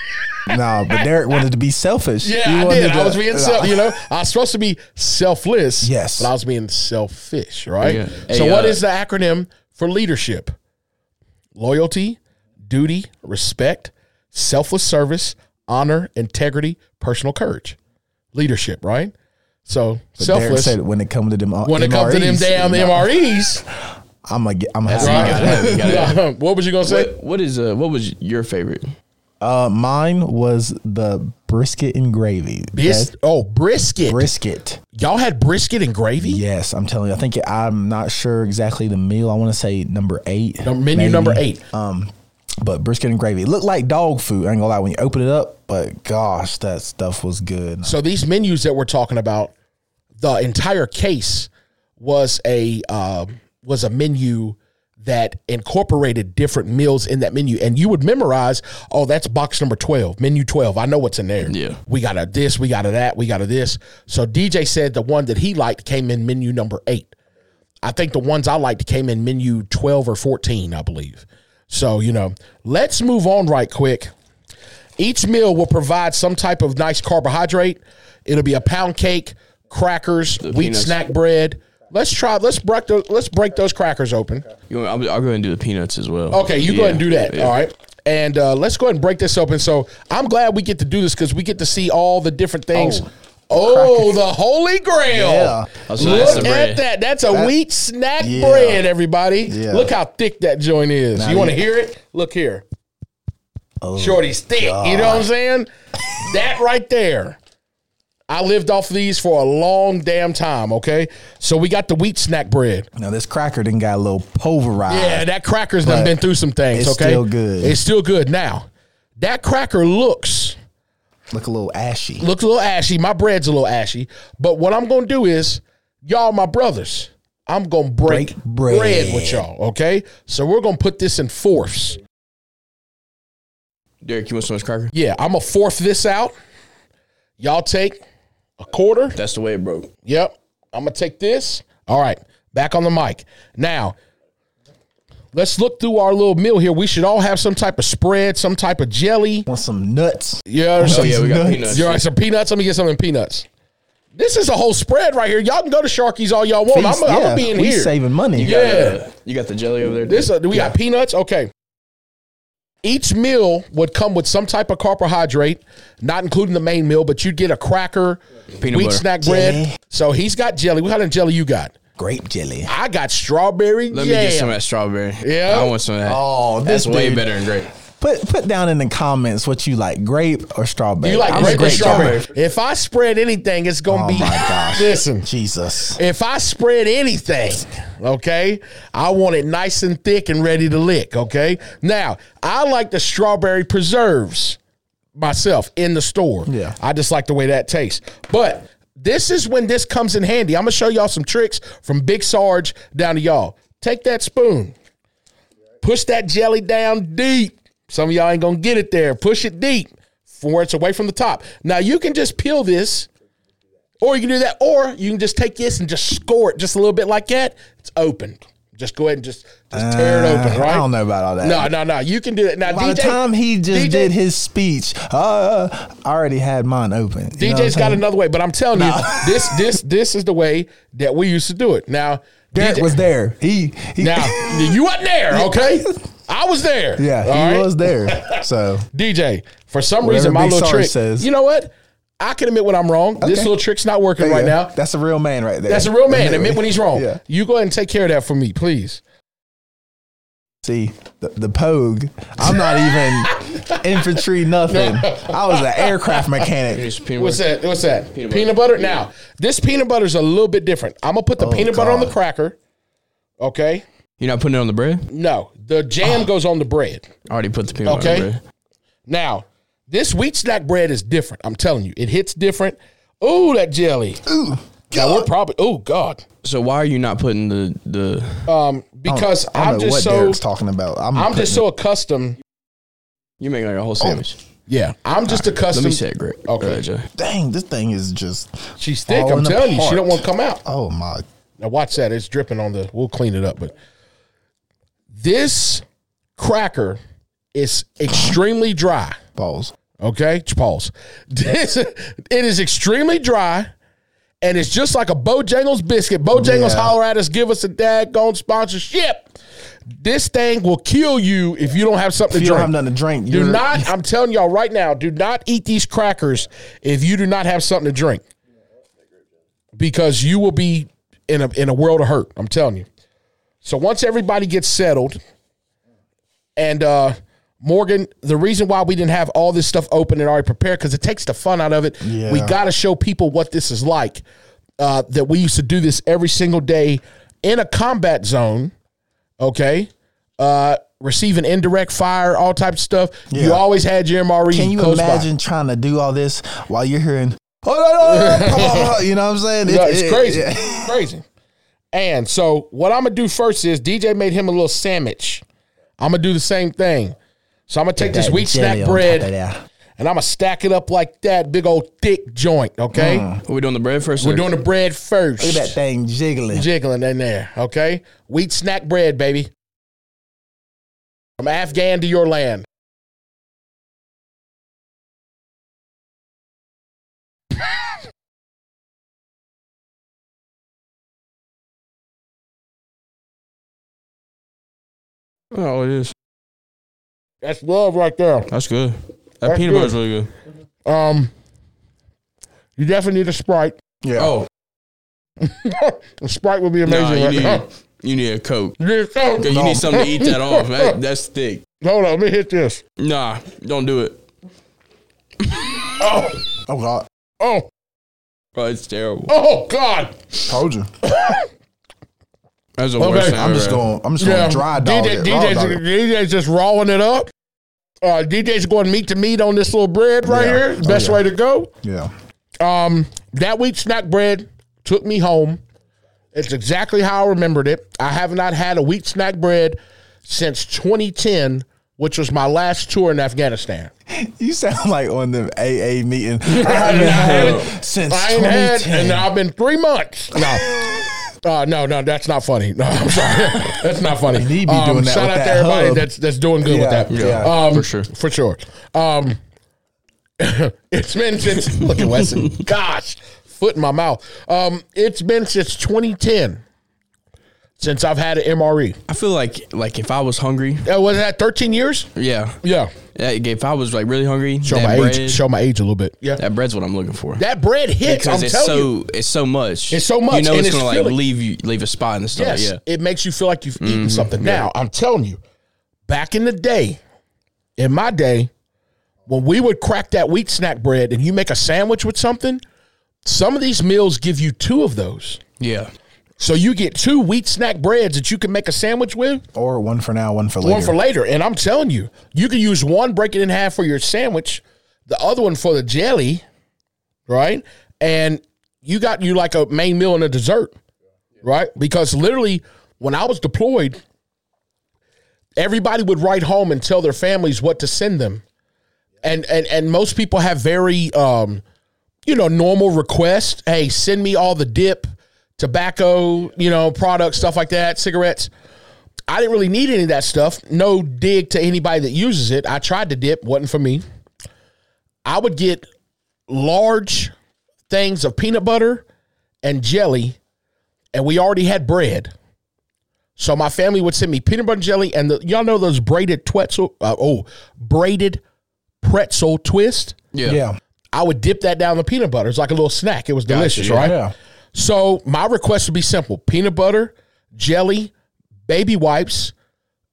No, but Derek wanted to be selfish. He
Yeah, I
wanted
did.
to-
I was being self. You know, I was supposed to be selfless.
Yes.
but I was being selfish. Right.
Yeah.
So,
Hey,
what
uh,
is the acronym for leadership? Loyalty, duty, respect, selfless service, honor, integrity, personal courage. Leadership. Right. So
Derek
selfless.
said when it comes to them uh,
when it comes to them damn E MREs,
I'm gonna get. I'm gonna
You gotta
have
have it, you gotta have it.
what was you gonna say?
What, what is uh what was your favorite?
uh, mine was the brisket and gravy.
Bis-
That's
oh, brisket.
brisket.
Y'all had brisket and gravy.
Yes, I'm telling you. I think it, I'm not sure exactly the meal. I want to say number eight.
Num- menu number eight.
Um, but brisket and gravy. It looked like dog food. I ain't gonna lie when you open it up. But gosh, that stuff was good.
So these menus that we're talking about, the entire case was a um, was a menu that incorporated different meals in that menu, and you would memorize. Oh, that's box number twelve, menu twelve. I know what's in there.
Yeah.
we got a this, we got a that, we got a this. So DJ said the one that he liked came in menu number eight. I think the ones I liked came in menu twelve or fourteen, I believe. So you know, let's move on right quick. Each meal will provide some type of nice carbohydrate. It'll be a pound cake, crackers, wheat
peanuts.
snack bread. Let's try. Let's break those. Let's break those crackers open.
You want, I'll, I'll go ahead and do the peanuts as well.
Okay, you go ahead and
Yeah,
do that.
yeah.
All right. And uh, let's go ahead and break this open. So I'm glad we get to do this because we get to see all the different things Oh, the Holy Grail.
Yeah.
I was gonna ask
Look
the
at
bread.
that. That's a wheat snack
Yeah.
bread, everybody.
Yeah.
Look how thick that joint is. you want to
yeah.
hear it? Look here.
Oh,
Shorty's thick. You know what I'm saying? that right there. I lived off these for a long damn time, okay? So we got the wheat snack bread.
Now this cracker done got a little pulverized.
Yeah, that cracker's done
But
been through some things,
it's
okay?
still good.
It's still good. Now, that cracker looks
Look a little ashy.
looks a little ashy. My bread's a little ashy. But what I'm gonna do is, y'all, my brothers, I'm gonna break,
Break bread.
bread with y'all. Okay, so we're gonna put this in fourths.
Derek, you want some of this cracker?
Yeah, I'm gonna fourth this out. Y'all take a quarter.
That's the way it broke.
Yep. I'm gonna take this. All right, back on the mic now. Let's look through our little meal here. We should all have some type of spread, some type of jelly.
Want some nuts?
Yeah,
Oh
some,
yeah, we got
nuts.
peanuts.
You're right, some peanuts. Let me get some of them peanuts. This is a whole spread right here. Y'all can go to Sharky's all y'all want.
Feast,
I'm, I'm
yeah,
gonna be in
we
here.
saving money.
You got,
Yeah.
uh, you got the jelly over there.
this uh,
Derek?
we got peanuts. Okay. Each meal would come with some type of carbohydrate, not including the main meal, but you'd get a cracker,
Peanut
wheat
butter.
snack bread.
Jelly.
So he's got jelly. What kind of jelly you got?
Grape jelly.
I got strawberry
Let
jam.
me get some of that strawberry.
Yeah.
I want some of that.
Oh,
that's
this
way
dude-
better than grape.
Put put down in the comments what you like, grape or strawberry.
you like
I'm a
grape or
grape
strawberry?
guy.
If I spread anything, it's gonna
Oh
be.
my gosh.
Listen,
Jesus.
if I spread anything, okay, I want it nice and thick and ready to lick, okay? Now, I like the strawberry preserves myself in the store.
Yeah.
I just like the way that tastes. But this is when this comes in handy. I'm gonna show y'all some tricks from Big Sarge down to y'all. Take that spoon, push that jelly down deep. Some of y'all ain't gonna get it there. Push it deep from where it's away from the top. Now you can just peel this. Or you can do that, or you can just take this and just score it just a little bit like that. It's opened. Just go ahead and just, just tear it open,
Uh,
right?
I don't know about all that.
No, no, no. You can do that. Now,
By
DJ,
the time he just
DJ
did his speech, uh, I already had mine open. You know what I'm
DJ's got
saying?
another way, but I'm telling you, this this this is the way that we used to do it. Now,
Derek
DJ
was there. He, he
Now you wasn't there, okay? I was there.
yeah, he
all right?
was there. So
DJ, for some
Whatever
reason, my
Big
little
Sarge
trick.
says.
You know what? I can admit when I'm wrong. This
Okay.
little trick's not working
there you
right now.
go. that's a real man right there.
That's a real man. Admit when he's wrong.
Yeah.
You go ahead and take care of that for me, please.
See the, the pogue. I'm not even infantry. Nothing. I was an aircraft mechanic.
Here's peanut
What's
butter.
that? What's that? Peanut
Peanut
butter.
butter.
Now, this peanut butter's a little bit different. I'm gonna put the
Oh,
peanut butter on the
God.
cracker. Okay.
You're not putting it on the bread?
No, the
Ah.
jam goes on the bread.
I already put the peanut butter
Okay.
on the bread.
Now, this wheat snack bread is different. I'm telling you, it hits different. Ooh, that jelly. Ooh, now
Uh.
we're probably. Oh God,
So why are you not putting the the
um, because
I don't
I'm
know
just
what
so
Derek's talking about. I'm,
I'm just
putting-
so accustomed.
you make like a whole sandwich?
Yeah, I'm just
Let
accustomed.
me say it, Greg.
oh, Okay.
Uh, Jay.
dang. This thing is just.
She's thick. I'm
falling
telling you, she
apart.
don't want to come out.
Oh my.
Now watch that. It's dripping on the. We'll clean it up, but this cracker is extremely dry.
Balls.
Okay, pause. This it is extremely dry, and it's just like a Bojangles biscuit.
Oh,
Bojangles
Yeah.
holler at us, give us a daggone sponsorship. This thing will kill you if you don't have something
If you
to
don't
drink.
have nothing to drink,
do
you're-
not. I'm telling y'all right now, do not eat these crackers if you do not have something to drink, because you will be in a in a world of hurt. I'm telling you. So once everybody gets settled, and uh, Morgan, the reason why we didn't have all this stuff open and already prepared because it takes the fun out of it.
Yeah.
We got to show people what this is like. Uh, that we used to do this every single day in a combat zone. Okay, uh, receiving indirect fire, all types of stuff. You
Yeah.
always had your MRE.
Can you
close by.
imagine trying to do all this while you're hearing? Oh no, no, no, no, no," you know what I'm saying?
No,
It-
it's
it-
crazy.
yeah.
It's crazy. And so what I'm gonna do first is DJ made him a little sandwich. I'm gonna do the same thing. So I'm gonna take this
That
wheat
jelly
snack
on top
bread
of that.
and I'm gonna stack it up like that, big old thick joint. Okay,
Are we doing the bread first?
we're
or-
doing the bread first.
Mm. Look at that thing jiggling.
jiggling in there. Okay, wheat snack bread, baby. From Afghan to your land.
Oh, it is.
That's love right there.
That's good. That
That's
peanut
good.
butter's really good.
Um, You definitely need a Sprite.
Yeah.
Oh,
A Sprite would be
nah,
amazing.
you
right
need
now.
you need a coke.
You need a Coke.
'Cause you need something to eat that off. That, that's thick.
Hold on, let me hit this.
Nah, don't do it.
Oh,
Oh God.
oh,
Oh, it's terrible.
oh, God.
Told you.
That's the
Okay,
worst thing
I'm
I'm just
ever.
going. I'm just going to dry dog
DJ,
it.
DJ's,
raw dog it.
DJ's just rawing it up. Uh, DJ's going meat to meat on this little bread right
Yeah.
here. Best
Oh, yeah.
way to go.
Yeah.
Um, that wheat snack bread took me home. It's exactly how I remembered it. I have not had a wheat snack bread since 2010, which was my last tour in Afghanistan.
You sound like on them AA meeting. I
I
haven't had
ain't
it since
I ain't had, and
2010.
I've been three months. No. Uh, no, no, that's not funny. No, I'm sorry, that's not funny. Um,
You need to be doing that
shout
with
out
that
to everybody
hub.
that's that's doing good with
Yeah,
that.
yeah.
um,
For sure.
for sure. Um, it's been since look at Wesson. Gosh, foot in my mouth. Um, it's been since 2010 since I've had an MRE.
I feel like like if I was hungry,
Uh, was that 13 years?
yeah,
Yeah.
Yeah, if I was like really hungry,
Show
that
my
bread,
age. Show my age a little bit. Yeah. That,
that bread's what I'm looking for.
bread hits.
because
I'm
it's
telling
so
you.
it's so much.
It's so much,
You know
and
it's,
it's
gonna like
filling.
leave you leave a spot in the stomach.
Yes,
Oh, Yeah.
it makes you feel like you've eaten something. Now, I'm telling you, back in the day, in my day, when we would crack that wheat snack bread and you make a sandwich with something, some of these meals give you two of those.
Yeah.
So you get two wheat snack breads that you can make a sandwich with,
Or one for now, one for later.
one for later. And I'm telling you, you can use one, break it in half for your sandwich, the other one for the jelly, right? And you got you like a main meal and a dessert, right? Because literally, when I was deployed, everybody would write home and tell their families what to send them. And and and most people have very um, you know, normal requests. Hey, send me all the dip, tobacco, you know, products, stuff like that, cigarettes. I didn't really need any of that stuff. No dig to anybody that uses it. I tried to dip, wasn't for me. I would get large things of peanut butter and jelly, and we already had bread. So my family would send me peanut butter and jelly, and the, y'all know those braided twetzel, uh, oh, braided pretzel twist.
Yeah.
Yeah. Yeah.
I would dip that down in the peanut butter. It's like a little snack. It was delicious, right?
Yeah.
So my request would be simple: peanut butter, jelly, baby wipes,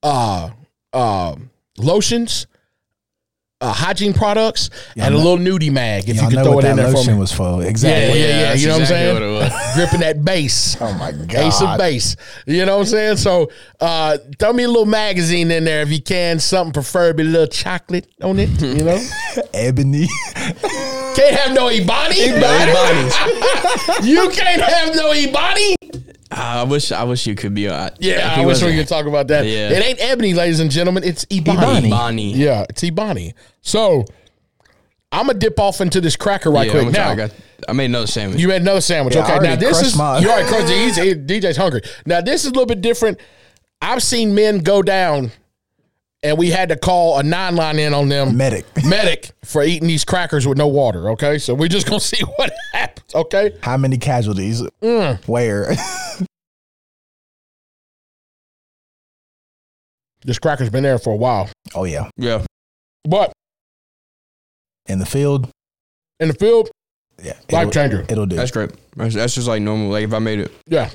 uh, um lotions, uh, hygiene products, and a little nudie mag. If
Y'all
you could
know
throw
what
it in
that
there for
lotion
me.
was for.
yeah, yeah,
Exactly.
yeah,
that's
You know
exactly
what I'm saying?
what it
Gripping that bass.
Oh my God.
Ace of base. You know what I'm saying? So uh, throw me a little magazine in there if you can. Something preferably a little chocolate on it. You know?
Ebony.
can't have no Ebony. you can't have no Ebony.
I wish I wish you could be on.
Yeah, I wish we could talk about that.
Yeah.
It ain't ebony, ladies and gentlemen. It's
Bonnie.
Ebony. Yeah, it's Ebony. So I'm gonna dip off into this cracker right
Yeah,
quick
I'm
now.
sorry, I, got, I made another sandwich.
you had another sandwich.
Yeah, I
okay,
already
now this
crushed
is
mine.
you already crushed it. He's, he- DJ's hungry. Now this is a little bit different. I've seen men go down, and we had to call a nine line in on them
Medic.
medic for eating these crackers with no water. Okay, so we're just gonna see what happens. Okay, Mm,
How many casualties? Where?
this cracker's been there for a while,
oh yeah.
yeah.
but
In the field.
in the field,
Yeah.
life
it'll-
changer.
It'll do.
That's great. That's, that's just like normal. Like if I made it,
Yeah.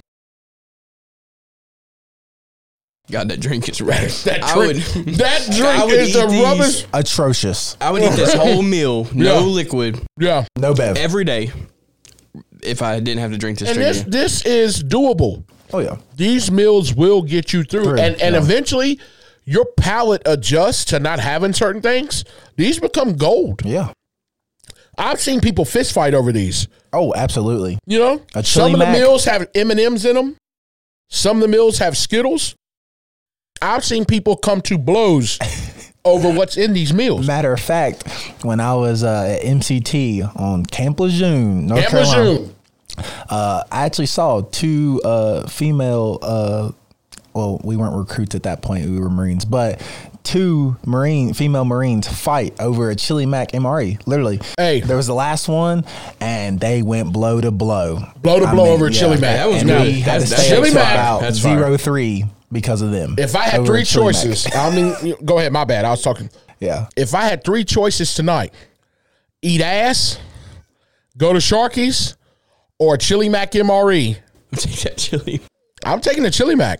God, that drink is rubbish.
That
I
drink,
would-
that
I
drink
would
is the
eat these.
rubbish.
Atrocious.
I would eat this whole meal, no
Yeah.
liquid,
Yeah,
No bev.
every day, if I didn't have to drink this
and
drink.
this
again.
this is doable.
Oh yeah.
These meals will get you through,
Through,
and and
yeah.
eventually your palate adjusts to not having certain things. These become gold.
Yeah.
I've seen people fist fight over these.
Oh, absolutely.
You know, some
A chili
of the
mac.
meals have M and M's in them. Some of the meals have Skittles. I've seen people come to blows over what's in these meals.
Matter of fact, when I was uh, at MCT on Camp Lejeune, North
Camp
Carolina,
Lejeune.
Uh, I actually saw two uh, female. Uh, well, we weren't recruits at that point; we were Marines, but two Marine female Marines fight over a Chili Mac MRE. Literally,
Hey.
there was the last one, and they went blow to blow,
Blow to blow over a Chili Mac.
That was
and
good.
we had to
That's- that's-
stay up
Chili
to
Mac.
about
That's fire.
zero three because of them.
If I had
over a
three
Chili Mac.
choices, I mean, go ahead. My bad. I was talking.
yeah,
If I had three choices tonight, eat ass, Go to Sharky's or Chili Mac MRE.
Take that chili.
I'm taking the Chili Mac.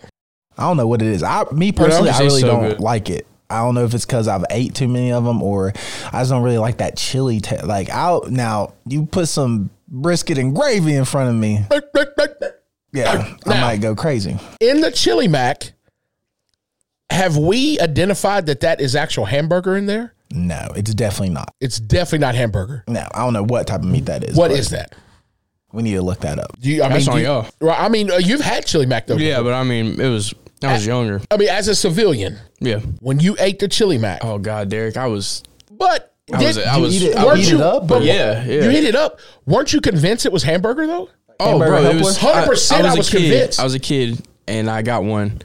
I don't know what it is. I me personally, I
tastes
really
so
don't
good.
like it. I don't know if it's because I've ate too many of them, or I just don't really like that chili. ta like out now, you put some brisket and gravy in front of me. Yeah, I
Now-
might go crazy.
In the Chili Mac, have we identified that that is actual hamburger in there?
No, it's definitely not.
It's definitely not hamburger.
No, I don't know what type of meat that is.
What
but
is that?
We need to look that up.
Do you, I mean,
That's
do
on
you-
y'all.
Right, I mean, uh, you've had Chili Mac though.
Yeah, but I mean, it was. I was younger.
I mean, as a civilian,
Yeah.
when you ate the Chili Mac,
Oh God, Derek, I was.
but
I was. I
you
was.
eat it-
I
weren't
was-
heat
you-
it up,
but
or-
Yeah, yeah.
You heat it up. Weren't you convinced it was hamburger though?
Oh, bro, it
Hamburger
was
helper? 100% I
a
was
kid.
convinced.
I was a kid, and I got one.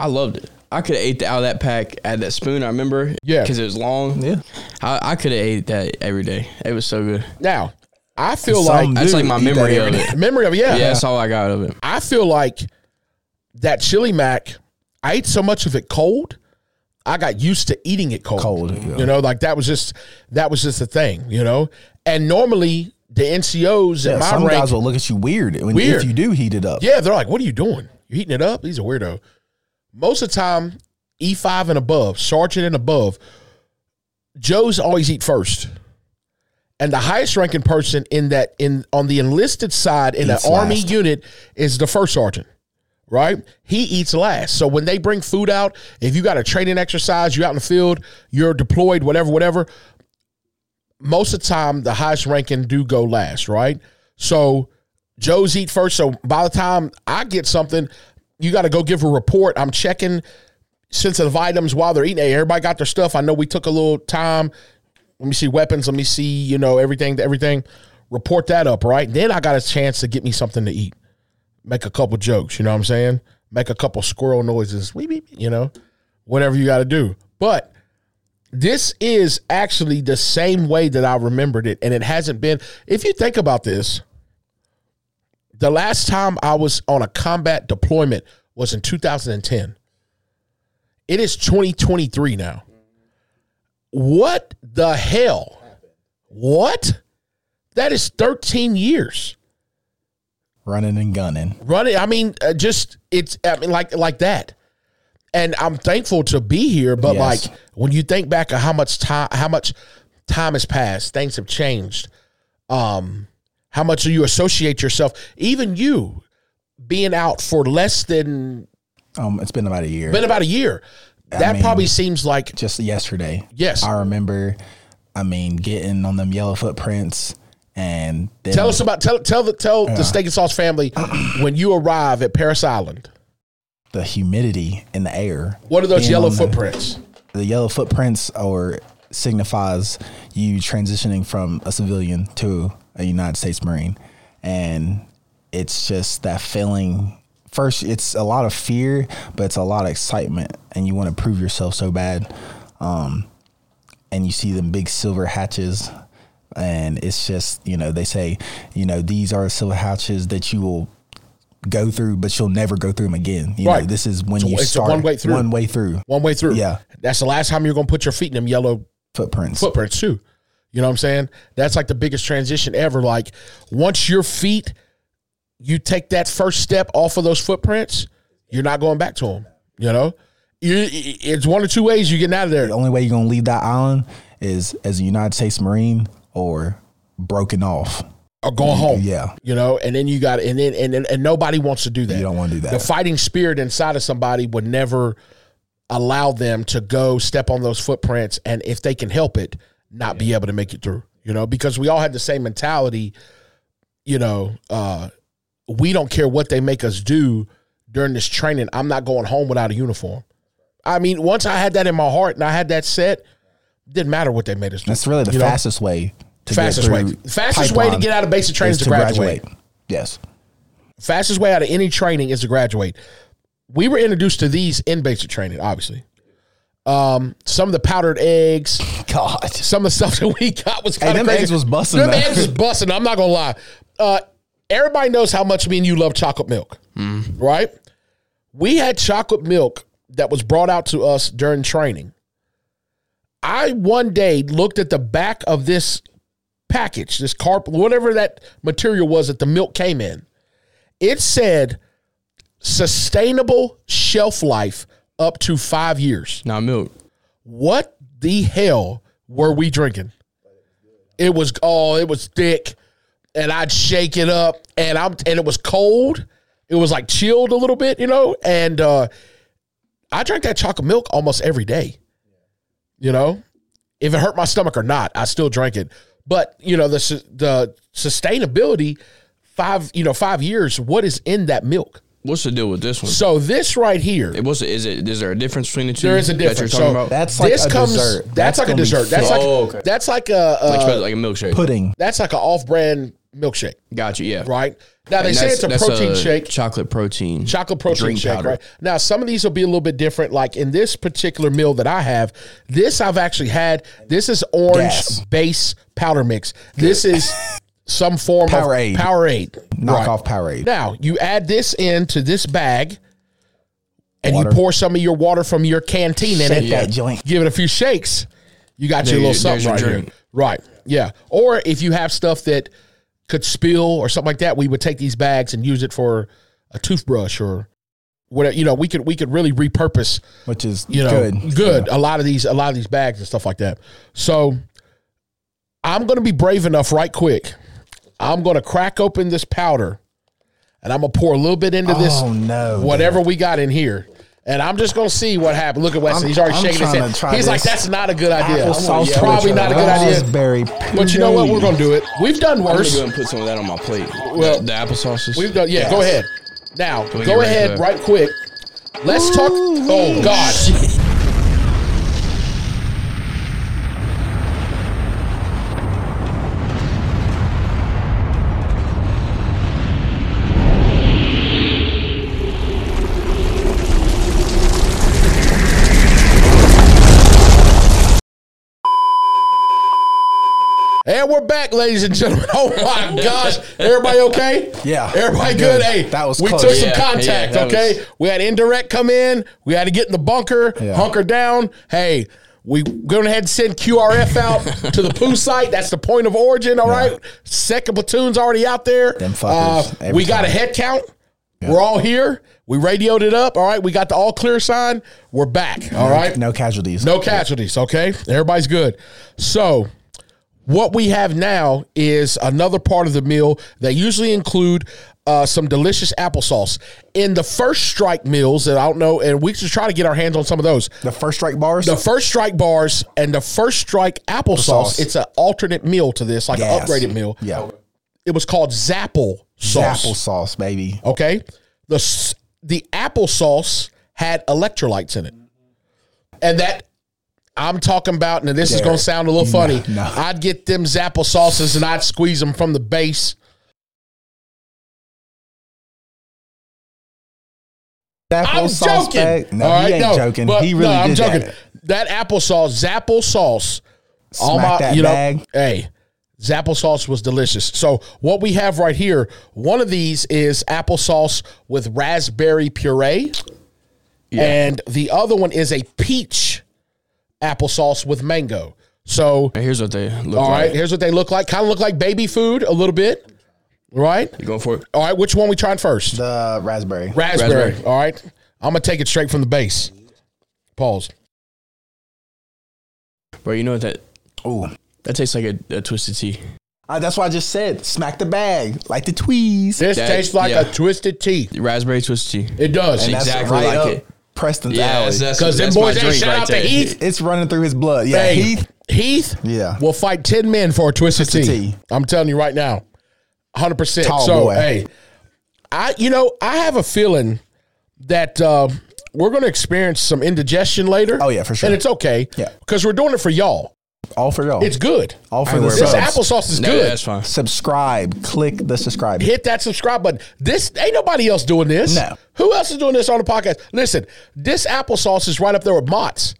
I loved it. I could have ate the, out of that pack. I had that spoon. I remember.
Yeah.
because it was long.
Yeah.
I, I could have ate that every day. It was so good.
Now, I feel like
Some
That's
Dude,
like my
eat that
memory
every
of
day.
it.
memory of yeah,
Yeah, that's all I got of it.
I feel like that chili mac. I ate so much of it cold. I got used to eating it cold.
Cold, yeah.
you know, like that was just that was just a thing, you know. And normally the NCOs
Yeah,
at my
some
rank,
guys will look at you weird when
Weird.
if you do heat it up.
yeah, they're like, "What are you doing? You heating it up?" He's a weirdo. Most of the time, E five and above, sergeant and above, Joes always eat first. And the highest ranking person in that in on the enlisted side in
Eats
the army
last.
unit is the first sergeant. Right? He eats last. So when they bring food out, if you got a training exercise, you're out in the field, you're deployed, whatever, whatever. Most of the time, the highest ranking do go last, right? So Joe's eat first. So by the time I get something, you got to go give a report. I'm checking sensitive items while they're eating. Hey, everybody got their stuff. I know we took a little time. Let me see weapons. Let me see, you know, everything, everything. Report that up, right? Then I got a chance to get me something to eat. Make a couple jokes, you know what I'm saying? Make a couple squirrel noises, wee, wee, wee, you know, whatever you got to do. But this is actually the same way that I remembered it. And it hasn't been, if you think about this, the last time I was on a combat deployment was in 2010. It is 2023 now. What the hell? What? That is 13 years
Running and gunning.
running. I mean, uh, just it's I mean, like like that. And I'm thankful to be here, but
Yes.
like when you think back of how much time how much time has passed, things have changed. Um, how much do you associate yourself? Even you being out for less than
Um, it's been about a year.
been about a year. That
mean-
probably seems like
just yesterday.
yes.
I remember, I mean, getting on them yellow footprints and then
Tell us about tell tell the tell the steak and sauce family when you arrive at Paris Island.
the humidity in the air.
What are those
Being
yellow
on the-
footprints?
The yellow footprints or signifies you transitioning from a civilian to a United States Marine. And it's just that feeling first it's a lot of fear, but it's a lot of excitement and you want to prove yourself so bad. Um and you see them big silver hatches and it's just, you know, they say, you know, these are silver hatches that you will go through, but you'll never go through them again. You know,
Right.
this is when
It's a-
you
it's a
start
one-way through.
One way through
One way through.
Yeah.
That's the last time you're gonna put your feet in them yellow
footprints.
footprints too. You know what I'm saying? That's like the biggest transition ever. Like once your feet, you take that first step off of those footprints, you're not going back to them. You know, you it's one of two ways you getting out of there.
The only way you're gonna leave that island is as a United States Marine or broken off.
or going home.
yeah.
You know, and then you got and then and and, and nobody wants to do that.
You don't wanna do that.
The fighting spirit inside of somebody would never allow them to go step on those footprints and if they can help it, not be able to make it through. You know, because we all had the same mentality, you know, uh we don't care what they make us do during this training. I'm not going home without a uniform. I mean, once I had that in my heart and I had that set, didn't matter what they made us do.
That's really the
you know?
fastest way. To get
Fastest way.
through
Fastest way to
pipeline
get out of basic training
is
is to graduate.
Yes.
fastest way out of any training is to graduate. We were introduced to these in basic training, obviously. Um, some of the powdered eggs,
God.
some of the stuff that we got was kind of
them
crazy.
eggs was busting,
Them
though.
eggs was busting. I'm not gonna lie. Uh, everybody knows how much me and you love chocolate milk,
Mm-hmm.
right? We had chocolate milk that was brought out to us during training. I one day looked at the back of this package, this carp, whatever that material was that the milk came in, it said sustainable shelf life up to five years.
Not milk.
What the hell were we drinking? It was oh, it was thick, and I'd shake it up, and I'm and it was cold. It was like chilled a little bit, you know. And uh, I drank that chocolate milk almost every day. You know, if it hurt my stomach or not, I still drank it. But you know the su- the sustainability five you know five years. What is in that milk?
What's the deal with this one?
So this right here,
What's the, is it? Is there a difference between the two?
there is a
that you're
difference.
talking
so
about?
That's like
this
a
comes.
dessert.
That's,
That's
like a
gonna be
dessert. That's
thick.
like
Oh, okay.
that's like a
like,
uh,
smells like a milkshake.
pudding.
that's like an off-brand milkshake,
Got you. Yeah.
right? Now they
And
say
that's-
it's a
that's uh,
protein shake,
Chocolate protein.
chocolate protein
drink
shake,
powder.
right? Now some of these will be a little bit different. Like in this particular meal that I have, this I've actually had. This is orange
Gas.
base powder mix. This is some form
Powerade.
of Powerade. Right.
Knockoff Powerade.
Now you add this into this bag, and
Water.
you pour some of your water from your canteen in
Shake
it.
that joint.
Give it a few shakes. You got your
There you-
little
there's
something
your
right here.
drink.
Right. Yeah. Or if you have stuff that could spill or something like that, we would take these bags and use it for a toothbrush or whatever. You know, we could we could really repurpose
which is
you know,
good.
good. A lot of these, a lot of these bags and stuff like that. So I'm going to be brave enough right quick. I'm going to crack open this powder and I'm going to pour a little bit into this,
Oh, no,
whatever we got in here. And I'm just going to see what happens. Look at Wesley.
I'm-
He's already
I'm
shaking his
trying
head.
to try
He's like,
this
that's not a good idea.
Applesauce
Yeah, Probably
with
not a good idea.
raspberry
But you know what?
puree.
We're going to do it. We've done
I'm gonna go
worse.
and put some of that on my plate.
Well,
Well, the, the applesauce.
We've done, yeah,
Yes.
go ahead. Now,
we
go
get ready
ahead
to-
right quick. Let's talk. Oh, God. And we're back, ladies and gentlemen. Oh my gosh. Everybody okay?
Yeah.
Everybody good?
Good.
Hey,
That was
we
close.
took some
Yeah, yeah,
contact,
that
okay?
was-
We had indirect come in. We had to get in the bunker,
Yeah.
hunker down. Hey, we going ahead and send QRF out to the poo site. That's the point of origin, All right. Second platoon's already out there. Uh,
Them fuckers, every
we got a
time.
head count. We're all here. We radioed it up. All right. We got the all clear sign. We're back. All right.
No casualties.
No casualties, okay? Everybody's good. So, what we have now is another part of the meal that usually include uh, some delicious applesauce. In the first strike meals, and I don't know, and we should try to get our hands on some of those.
The first strike bars.
The first strike bars and the first strike applesauce,
Sauce.
it's an alternate meal to this, like an
Yes.
upgraded meal.
Yeah.
It was called Zapple sauce.
Applesauce, baby.
Okay. The s- the applesauce had electrolytes in it. And that I'm talking about, and this is
Derek,
going to sound a little funny.
no.
I'd get them Zapple sauces and I'd squeeze them from the base. I'm
Applesauce
joking.
bag. No,
All right,
he ain't
no,
joking.
but
He really
no, I'm
did
joking.
that.
That applesauce, Zapple sauce, all
Smack
my,
that
you know,
bag.
hey, applesauce was delicious. So what we have right here, one of these is applesauce with raspberry puree, and the other one is a peach applesauce with mango. So
And here's what they look
all right,
like.
here's what they look like. Kind of look like baby food a little bit, right?
You going for it?
All right, which one we trying first?
The raspberry.
raspberry.
Raspberry.
All right, I'm gonna take it straight from the base. Pause.
Bro, you know what that
Ooh.
that tastes like a, a twisted tea.
Uh, that's what I just said. Smack the bag like the tweeze.
This
That-
tastes like
yeah.
a twisted tea.
Raspberry twisted tea.
It does.
And
That's
exactly like
up
it.
Preston's alley.
that's- that's-
Because them
that's my
boys ain't
drink
shout
right
out to
there.
Heath.
it's running through his blood. Yeah,
Hey,
Heath.
Heath.
Yeah.
Will fight ten men for a twisted,
Twisted
tea.
tea.
I'm telling you right now, hundred percent.
Tall
So
boy.
hey, I you know I have a feeling that uh, we're going to experience some indigestion later.
Oh, yeah, for sure.
And it's okay.
Yeah.
Because we're doing it for y'all.
All for y'all.
It's good.
All for
And
the
This
subs.
applesauce is
No,
good.
that's fine.
subscribe. Click the subscribe.
hit that subscribe button. This ain't nobody else doing this.
No.
Who else is doing this on the podcast? Listen, this applesauce is right up there with Mott's.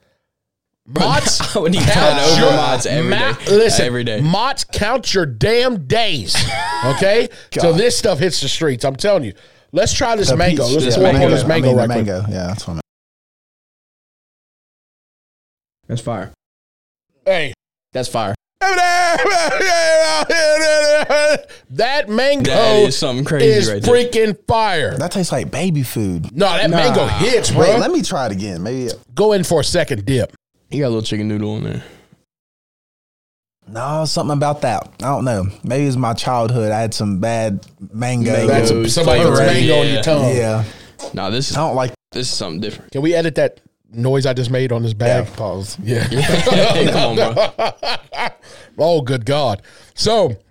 Mott's
I would eat that over Mott's every day.
Listen,
Every day.
Mott's count your damn days. Okay, so
God.
this stuff hits the streets. I'm telling you. Let's try this
The
mango.
peach,
Let's
the
pour pour this
I
mango
mean, the
right quick.
mango. Yeah, that's what I meant.
That's fire.
Hey,
That's fire.
That mango
That is something crazy
is
right there.
freaking fire.
That tastes like baby food.
No, that
Nah.
mango hits, bro.
Wait, let me try it again. Maybe
Go in for a second dip.
You got a little chicken noodle in there.
no, something about that. I don't know. Maybe it's my childhood. I had some bad mango.
That's
Mango
somebody puts
flavor.
mango on
Yeah.
your tongue.
yeah,
Nah, this
I
is
don't like
this is something different.
Can we edit that noise I just made on this bag?
pause.
Yeah.
Come on, bro.
oh, good God. So,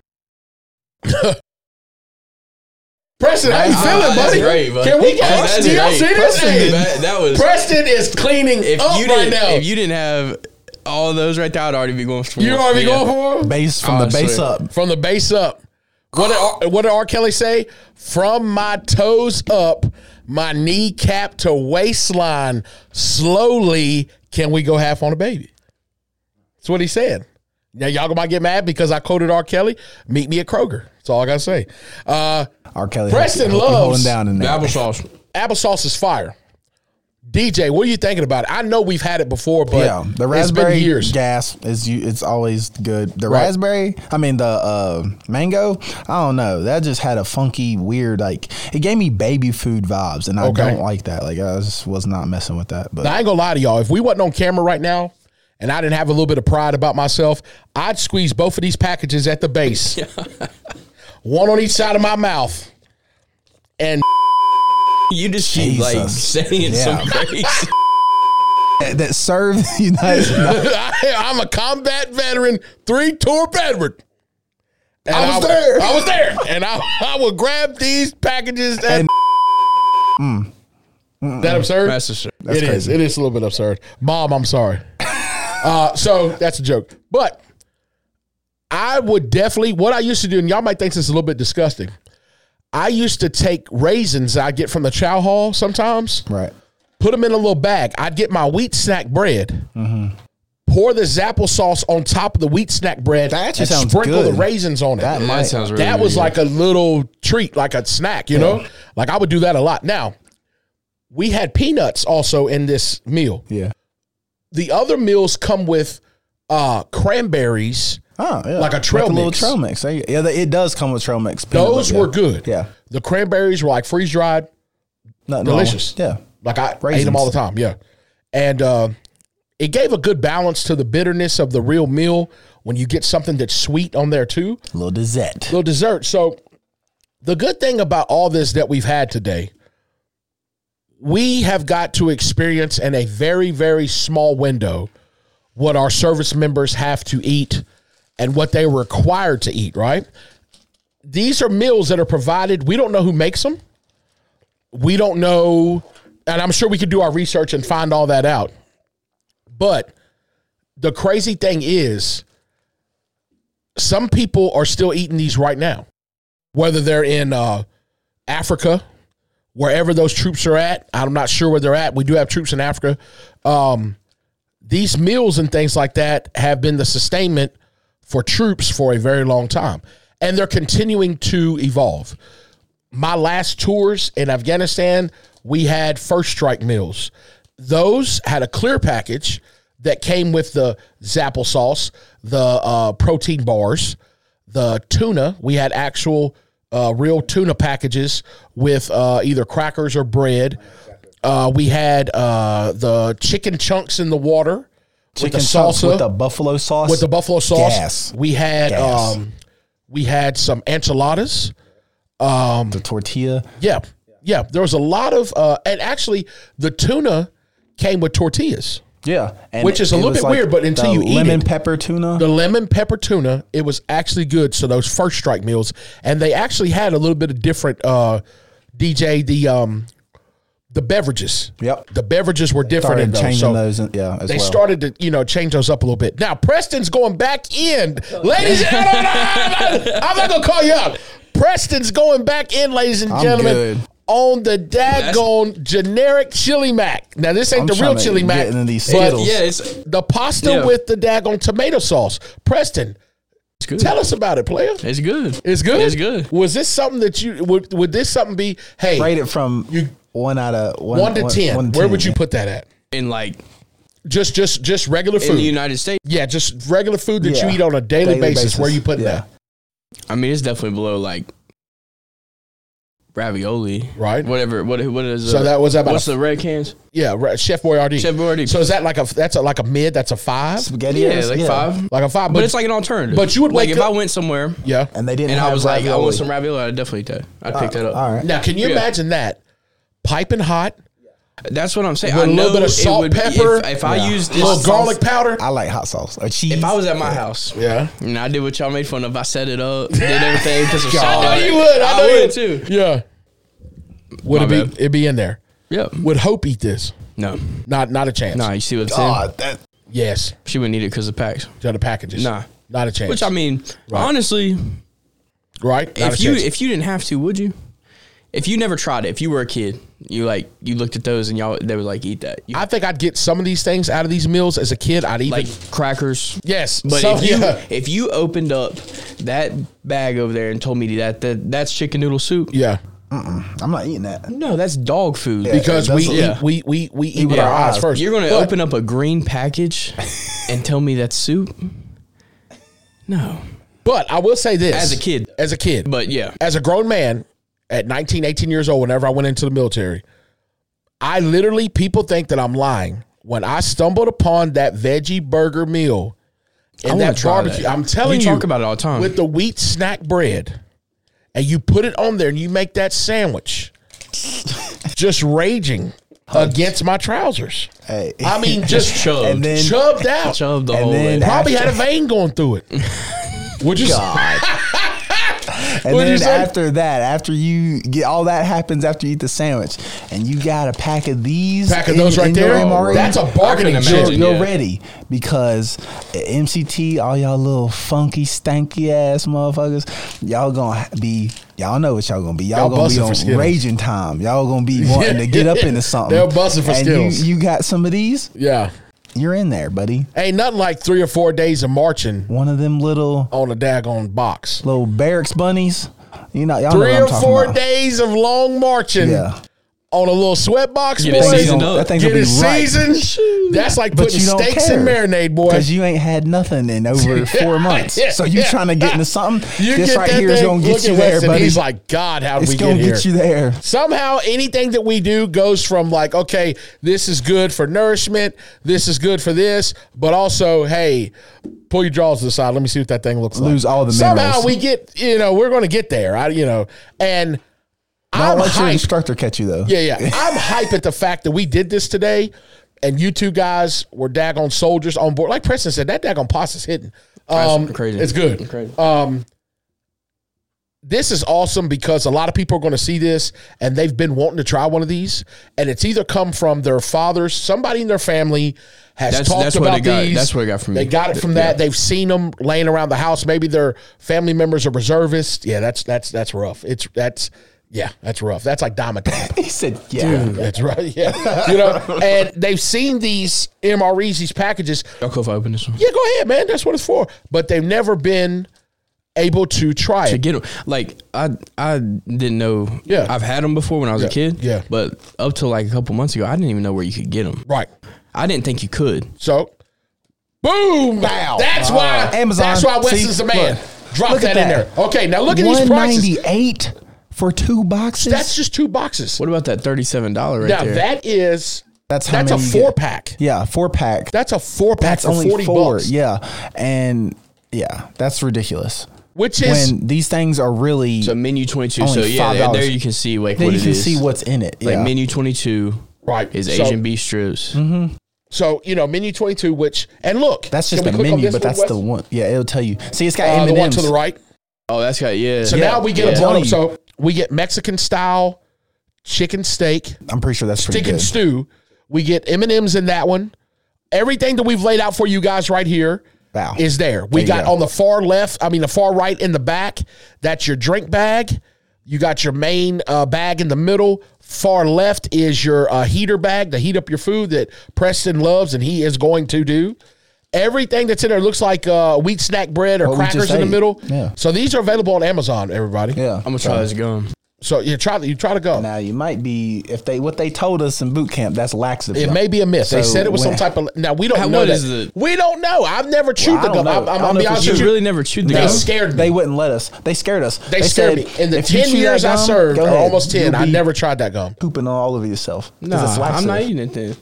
Preston, how you
That's-
feeling,
that's
buddy?
great, bud.
Can we get
That's
Preston? Do y'all
great.
see this?
Preston
Hey,
did that- that was-
Preston is cleaning
If
up
you
right
didn't,
now.
if you didn't have all those right there, I'd already be going for
you already
yeah.
going for him?
Base from the
Honestly.
base up.
From the base up. What did, R, what did R. Kelly say? From my toes up, my kneecap to waistline, slowly can we go half on a baby? That's what he said. Now y'all might get mad because I quoted R. Kelly. Meet me at Kroger. That's all I gotta say. Uh,
R. Kelly.
Preston
holding
loves
down in
The
there.
applesauce.
applesauce is fire. DJ, what are you thinking about it? I know we've had it before, but
yeah, the
it's
raspberry
been years.
gas is you. It's always good. The
Right.
raspberry, I mean the uh, mango. I don't know. That just had a funky, weird. Like it gave me baby food vibes, and I
Okay.
don't like that. Like I just was not messing with that. But
Now, I ain't gonna lie to y'all. If we wasn't on camera right now, and I didn't have a little bit of pride about myself, I'd squeeze both of these packages at the base, one on each side of my mouth, and
You just keep like
Jesus.
saying
Yeah.
some crazy.
that, that served the United States.
I, I'm a combat veteran, three tour veteran. And
I was
would-
there.
I was there, and I, I would grab these packages. At
And- Mm.
that absurd?
That's the shit.
It is.
crazy.
It is a little bit absurd. Mom, I'm sorry. uh, so that's a joke. But I would definitely, what I used to do, and y'all might think this is a little bit disgusting. I used to take raisins I get from the chow hall sometimes,
right.
put them in a little bag. I'd get my wheat snack bread,
Mm-hmm.
pour this applesauce on top of the wheat snack bread,
That actually
and
sounds
sprinkle
good.
the raisins on it
That
That
might.
sounds really
that was
good.
like a little treat, like a snack, you know? Like I would do that a lot. Now, we had peanuts also in this meal.
Yeah.
The other meals come with uh cranberries.
Oh, yeah.
Like a trail
little
mix.
trail mix. There you- Yeah, they- it does come with trail mix. peanut
Those
butter,
were
yeah.
good.
Yeah.
The cranberries were like freeze dried.
Nothing wrong with-
Delicious.
Yeah.
Like I ate
Raisins.
them all the time. Yeah. And uh, it gave a good balance to the bitterness of the real meal when you get something that's sweet on there too.
Little dessert.
little dessert. So the good thing about all this that we've had today, we have got to experience in a very, very small window what our service members have to eat and what they're required to eat, right? These are meals that are provided. We don't know who makes them. We don't know, and I'm sure we could do our research and find all that out. But the crazy thing is, some people are still eating these right now, whether they're in uh, Africa, wherever those troops are at. I'm not sure where they're at. We do have troops in Africa. Um, these meals and things like that have been the sustainment for troops for a very long time, and they're continuing to evolve. My last tours in Afghanistan, we had first strike meals. Those had a clear package that came with the zapple sauce, the uh, protein bars, the tuna. We had actual uh, real tuna packages with uh, either crackers or bread. Uh, we had uh, the chicken chunks in the water
Chicken
with the
chunks
salsa
with the buffalo sauce.
with the buffalo sauce.
Gas.
We had
Gas.
um, we had some enchiladas.
the tortilla.
Yeah, yeah. There was a lot of uh, and actually the tuna came with tortillas.
Yeah, and
Which is a
it
little
was
bit weird, but until
the
you eat
lemon
it-
pepper tuna,
The lemon pepper tuna, it was actually good. So those first strike meals, and they actually had a little bit of different uh, DJ the um, the beverages.
Yep.
the beverages were different. in
started
those.
changing
So
those. And, yeah, as
They
well.
started to, you know, change those up a little bit. Now Preston's going back in, ladies and gentlemen. I'm not gonna call you out. Preston's going back in, ladies and
I'm
gentlemen,
good.
on the daggone generic chili mac. Now this ain't
I'm
the real
tryna
chili
get
mac,
into these
but
Skittles.
Yeah, it's it's
the pasta
Yeah.
with the daggone tomato sauce. Preston,
good.
tell us about it, player.
It's good.
It's good.
It's good.
Was this something that you would? Would this something be? Hey,
rated from
You-
one out of one,
one to ten.
one
Where would you put that at?
And like
Just just just regular
in
food.
the United States.
yeah, just regular food that
Yeah.
you eat on a daily,
Daily
basis,
basis.
Where you putting
Yeah.
I mean, it's definitely below like ravioli,
Right.
Whatever. What what is
So that was about
what's
a-
the red cans?
that? Yeah, right, Chef Boyardee.
Chef Boyardee.
So is that like a that's a, like a mid? That's a five.
Spaghetti.
Yeah, like five. But,
Like a five.
it's like an alternative.
but you would
like
wake
if
up-
I went somewhere
yeah.
And they didn't.
and
have
I was like, I
ravioli.
want some ravioli. I'd definitely eat that. I'd pick that up.
All right.
Now, can you
Yeah.
imagine that piping hot?
That's what I'm saying.
With
I
a little
know
bit of
it
salt,
would be-
pepper,
If, if I
yeah.
used
little
this,
garlic powder.
I like hot sauce or cheese.
if I was at my house,
yeah.
and I did what y'all made fun of, I set it up, did everything, put some salt.
I
on
know
it.
you would. I know you
Oh, would too.
Yeah. Would
My
it be?
bad.
It'd be in there.
Yep.
Would Hope eat this?
No.
Not not a chance.
Nah, you see what I'm saying?
oh, that,
Yes.
She wouldn't eat it because of packs.
To the packages.
Nah.
Not a chance.
Which I mean, honestly,
right? Not
if
a
you
chance.
if you didn't have to, would you? If you never tried it, if you were a kid, you like you looked at those and y'all they would like eat that. You,
I think I'd get some of these things out of these meals as a kid. I'd even
like crackers.
yes,
But
some-
if you
yeah.
if you opened up that bag over there and told me that, that that's chicken noodle soup,
yeah.
I'm not eating that.
no, that's dog food.
Because we,
that's-
yeah.
eat, we we we eat with
with
our
our
eyes
eyes.
first.
You're gonna
But
open up a green package and tell me that's soup? No.
But I will say this:
As a kid.
as a kid,
But yeah.
as a grown man at 19, 18 years old, whenever I went into the military, I literally people think that I'm lying when I stumbled upon that veggie burger meal and
wanna
that
try
barbecue.
that.
I'm telling
You
you,
talk about it all the time.
with the wheat snack bread, and you put it on there and you make that sandwich. just raging against my trousers.
Hey.
I mean, just
chubbed.
And then-
chubbed out.
Chubbed the
And
whole
then-
way.
Probably had a vein going through it. Would you? say?
And
What'd you
then
say?
after that, after you get all that happens after you eat the sandwich, and you got a pack of these,
Pack of
in-
those right
in your
there.
MRE,
That's a bargaining
I couldn't
chip.
You're,
imagine.
you're
yeah.
ready because at MCT, all y'all little funky, stanky ass motherfuckers, y'all gonna be, y'all know what y'all gonna be.
Y'all
Y'all, gonna be
busting for
on
Skittles.
raging time. Y'all gonna be wanting to get up into something.
They're busting for
and
Skittles.
You, you got some of these,
Yeah.
you're in there, buddy.
Ain't nothing like three or four days of marching
One of them little
on a daggone box.
little barracks bunnies. You know, y'all know
Three
what I'm
or
talking
four
about.
days of long marching
Yeah.
on a little sweat box,
Get
boy.
it
Thing's
seasoned
gonna-
up.
That thing's
Get
gonna
it
be right.
seasoned. That's like
But
putting
you don't
steaks
care.
in marinade, boy.
Because you ain't had nothing in over four months.
Yeah,
so you
yeah.
trying to get into something.
You
this
get
right
that
here is
thing,
going to
look
get
at
you there,
Weston,
buddy.
He's like, God, how did
it's
we get
going to
here?
get you there.
Somehow, anything that we do goes from like, okay, this is good for nourishment, this is good for this, but also, hey, pull your jaws to the side. Let me see what that thing looks like.
Lose all the
Somehow
minerals.
we get, you know, we're going to get there. I, you know, and
Don't
I'm
let your
hyped.
instructor catch you, though.
Yeah, yeah. I'm hype at the fact that we did this today, and you two guys were daggone soldiers on board. Like Preston said, that daggone pasta's hidden. Um,
crazy.
It's good.
Crazy.
Um, this is awesome because a lot of people are going to see this and they've been wanting to try one of these, and it's either come from their fathers, somebody in their family has
That's-
talked
that's what
about
they got-
these.
that's what I got from
They
you.
got it from
Yeah.
that. They've seen them laying around the house. Maybe their family members are reservists. Yeah, that's that's that's rough. It's that's yeah, that's rough. That's like Domino.
He said, yeah.
That's right. Yeah. you know, and they've seen these MREs, these packages.
Y'all cool if I open this one?
Yeah, go ahead, man. That's what it's for. But they've never been able to try
to
it.
get them. Like I, I didn't know.
Yeah.
I've had them before when I was
Yeah,
a kid.
yeah.
but up till like a couple months ago, I didn't even know where you could get them.
Right.
I didn't think you could.
So, boom.
Wow.
That's why
Amazon.
That's why
See,
Weston's the man.
look.
Drop
Look
that,
at
in
that.
there. Okay. Now look at these prices.
198 for two boxes?
That's just two boxes.
What about that thirty-seven dollar right
now
there?
that is
That's how
that's a
many you get.
four pack.
yeah, four pack.
That's a four pack
That's
for
only
forty
four.
bucks.
Yeah. And yeah, that's ridiculous.
Which is
When these things are really.
so menu twenty-two.
Only
So yeah, there,
$5.
there you can see like
then
what
you
it
can
is.
see what's in it.
like
yeah.
menu twenty-two
right
is
So- Mm-hmm.
Asian beef strips.
So you know menu twenty two, which and look
That's just
can
the
we click on
menu,
this
but
one,
that's
Wes?
the one. Yeah, it'll tell you. See, it's got
Uh,
M&M's.
the one to the right.
Oh, that's got yeah.
So
yeah.
now we get
yeah.
a bottom.
Telling you.
So we get Mexican style chicken steak,
I'm pretty sure that's pretty
chicken
good.
stew. We get M and M's in that one. Everything that we've laid out for you guys right here is
Wow.
there. We
you
got
go.
on the far left, I mean the far right in the back. That's your drink bag. You got your main uh, bag in the middle. Far left is your uh, heater bag to heat up your food that Preston loves, and he is going to do. Everything that's in there looks like uh, wheat snack bread or
What we just
crackers in the
ate.
middle.
Yeah.
So these are available on Amazon, everybody.
Yeah.
I'm gonna try this gum.
So you try to you try to go.
Now you might be if they what they told us in boot camp. That's laxative.
It may be a myth. they
So
said it was some
when-
type of. Now we don't
How-
know.
what
that.
is the-
we don't know. I've never chewed
I
the
don't
gum. I, am
know.
I'm
I
gonna be
don't know if
honest
it's
You
with you.
really never chewed the
They
gum.
scared me.
They wouldn't let us. They scared us.
They scared
said,
me. In the
if you
ten
chew
years
that
I
gum,
served,
go
or
ahead.
almost ten,
You'll
I
be
never tried that gum.
pooping on all over yourself. 'cause
Nah,
it's
I'm
laxative.
not eating it then.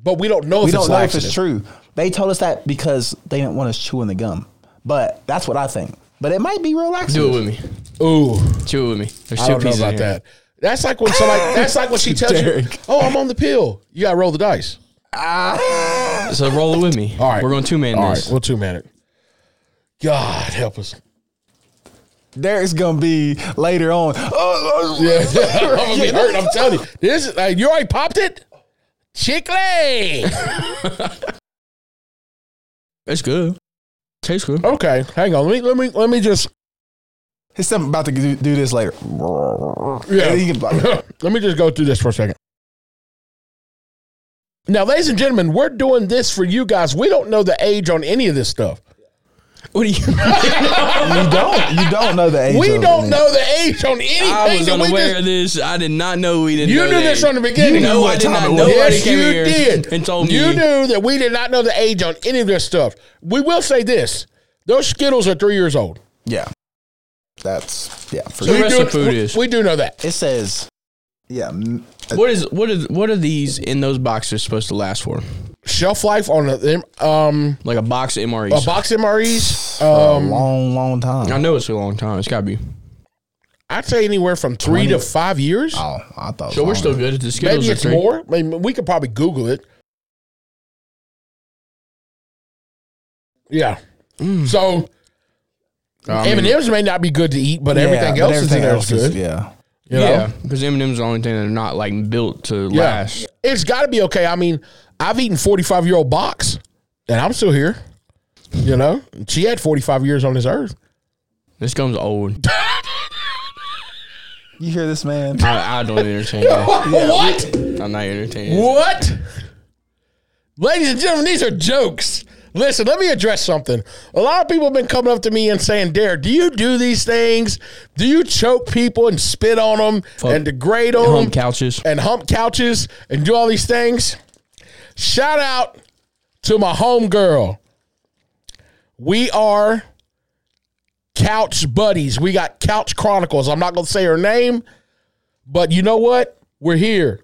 But we don't know
We
if it's
don't know if
laxative.
it's true. They told us that because they didn't want us chewing the gum. But that's what I think. But it might be real laxative.
Do it with me.
Ooh,
Chew it with me. There's
I
two
don't know
pieces in
about
here.
that. That's like when somebody. That's like when she tells you,
Derek.
"Oh, I'm on the pill." You gotta roll the dice.
Ah,
So roll it with me.
All right,
We're going two man
All
this.
right, we'll two man it. God help us.
Derek's gonna be later on. Oh,
Yeah, I'm gonna be hurt. I'm telling you, this is like you already popped it. Chicle.
It's good. Tastes good.
Okay, hang on. Let me let me let me just
It's something about to do, do this later.
Yeah.
And he can like,
let me just go through this for a second. Now, ladies and gentlemen, we're doing this for you guys. We don't know the age on any of this stuff.
What do you?
you don't. You don't know the age.
we
of
don't
it.
know the age on anything.
I was
that we
unaware
just-
of this. I did not know we didn't.
you
know
knew this
that.
from the beginning.
No,
what
I did
time
not
it
know.
was.
Yes,
Yes,
came
you
here
did.
And told
you
me
knew that we did not know the age on any of this stuff. We will say this: those Skittles are three years old.
Yeah, that's yeah. For
The
we
rest
do,
of food
we,
is.
we do know that.
It says, yeah. m-
What is what is what are these in those boxes supposed to last for?
Shelf life on the, um
Like a box of MREs.
a box MREs.
a
Um,
long, long
I
time.
know it's a long time. It's got to be.
I'd say anywhere from three to five years.
Oh, I thought. it was
So we're
longer.
still good at the Skittles.
Maybe
are
it's
three.
more. I mean, we could probably Google it. Yeah. So
I
M
mean,
and M's may not be good to eat, but
Yeah,
everything
but
else
everything
is
else
else good.
yeah.
you know?
Yeah, because M and M's are the only thing that are not like built to
Yeah.
last.
It's got to be okay. I mean, I've eaten forty five year old box, and I'm still here. You know, she had forty five years on this earth.
This gum's old.
You hear this, man?
I, I don't entertain. that.
what?
I'm not entertaining. that.
What? Ladies and gentlemen, these are jokes. Listen, let me address something. A lot of people have been coming up to me and saying, Derek, do you do these things? Do you choke people and spit on them and degrade on
Home
them
couches.
and hump couches and do all these things? Shout out to my homegirl. We are couch buddies. We got Couch Chronicles. I'm not going to say her name, but you know what? We're here.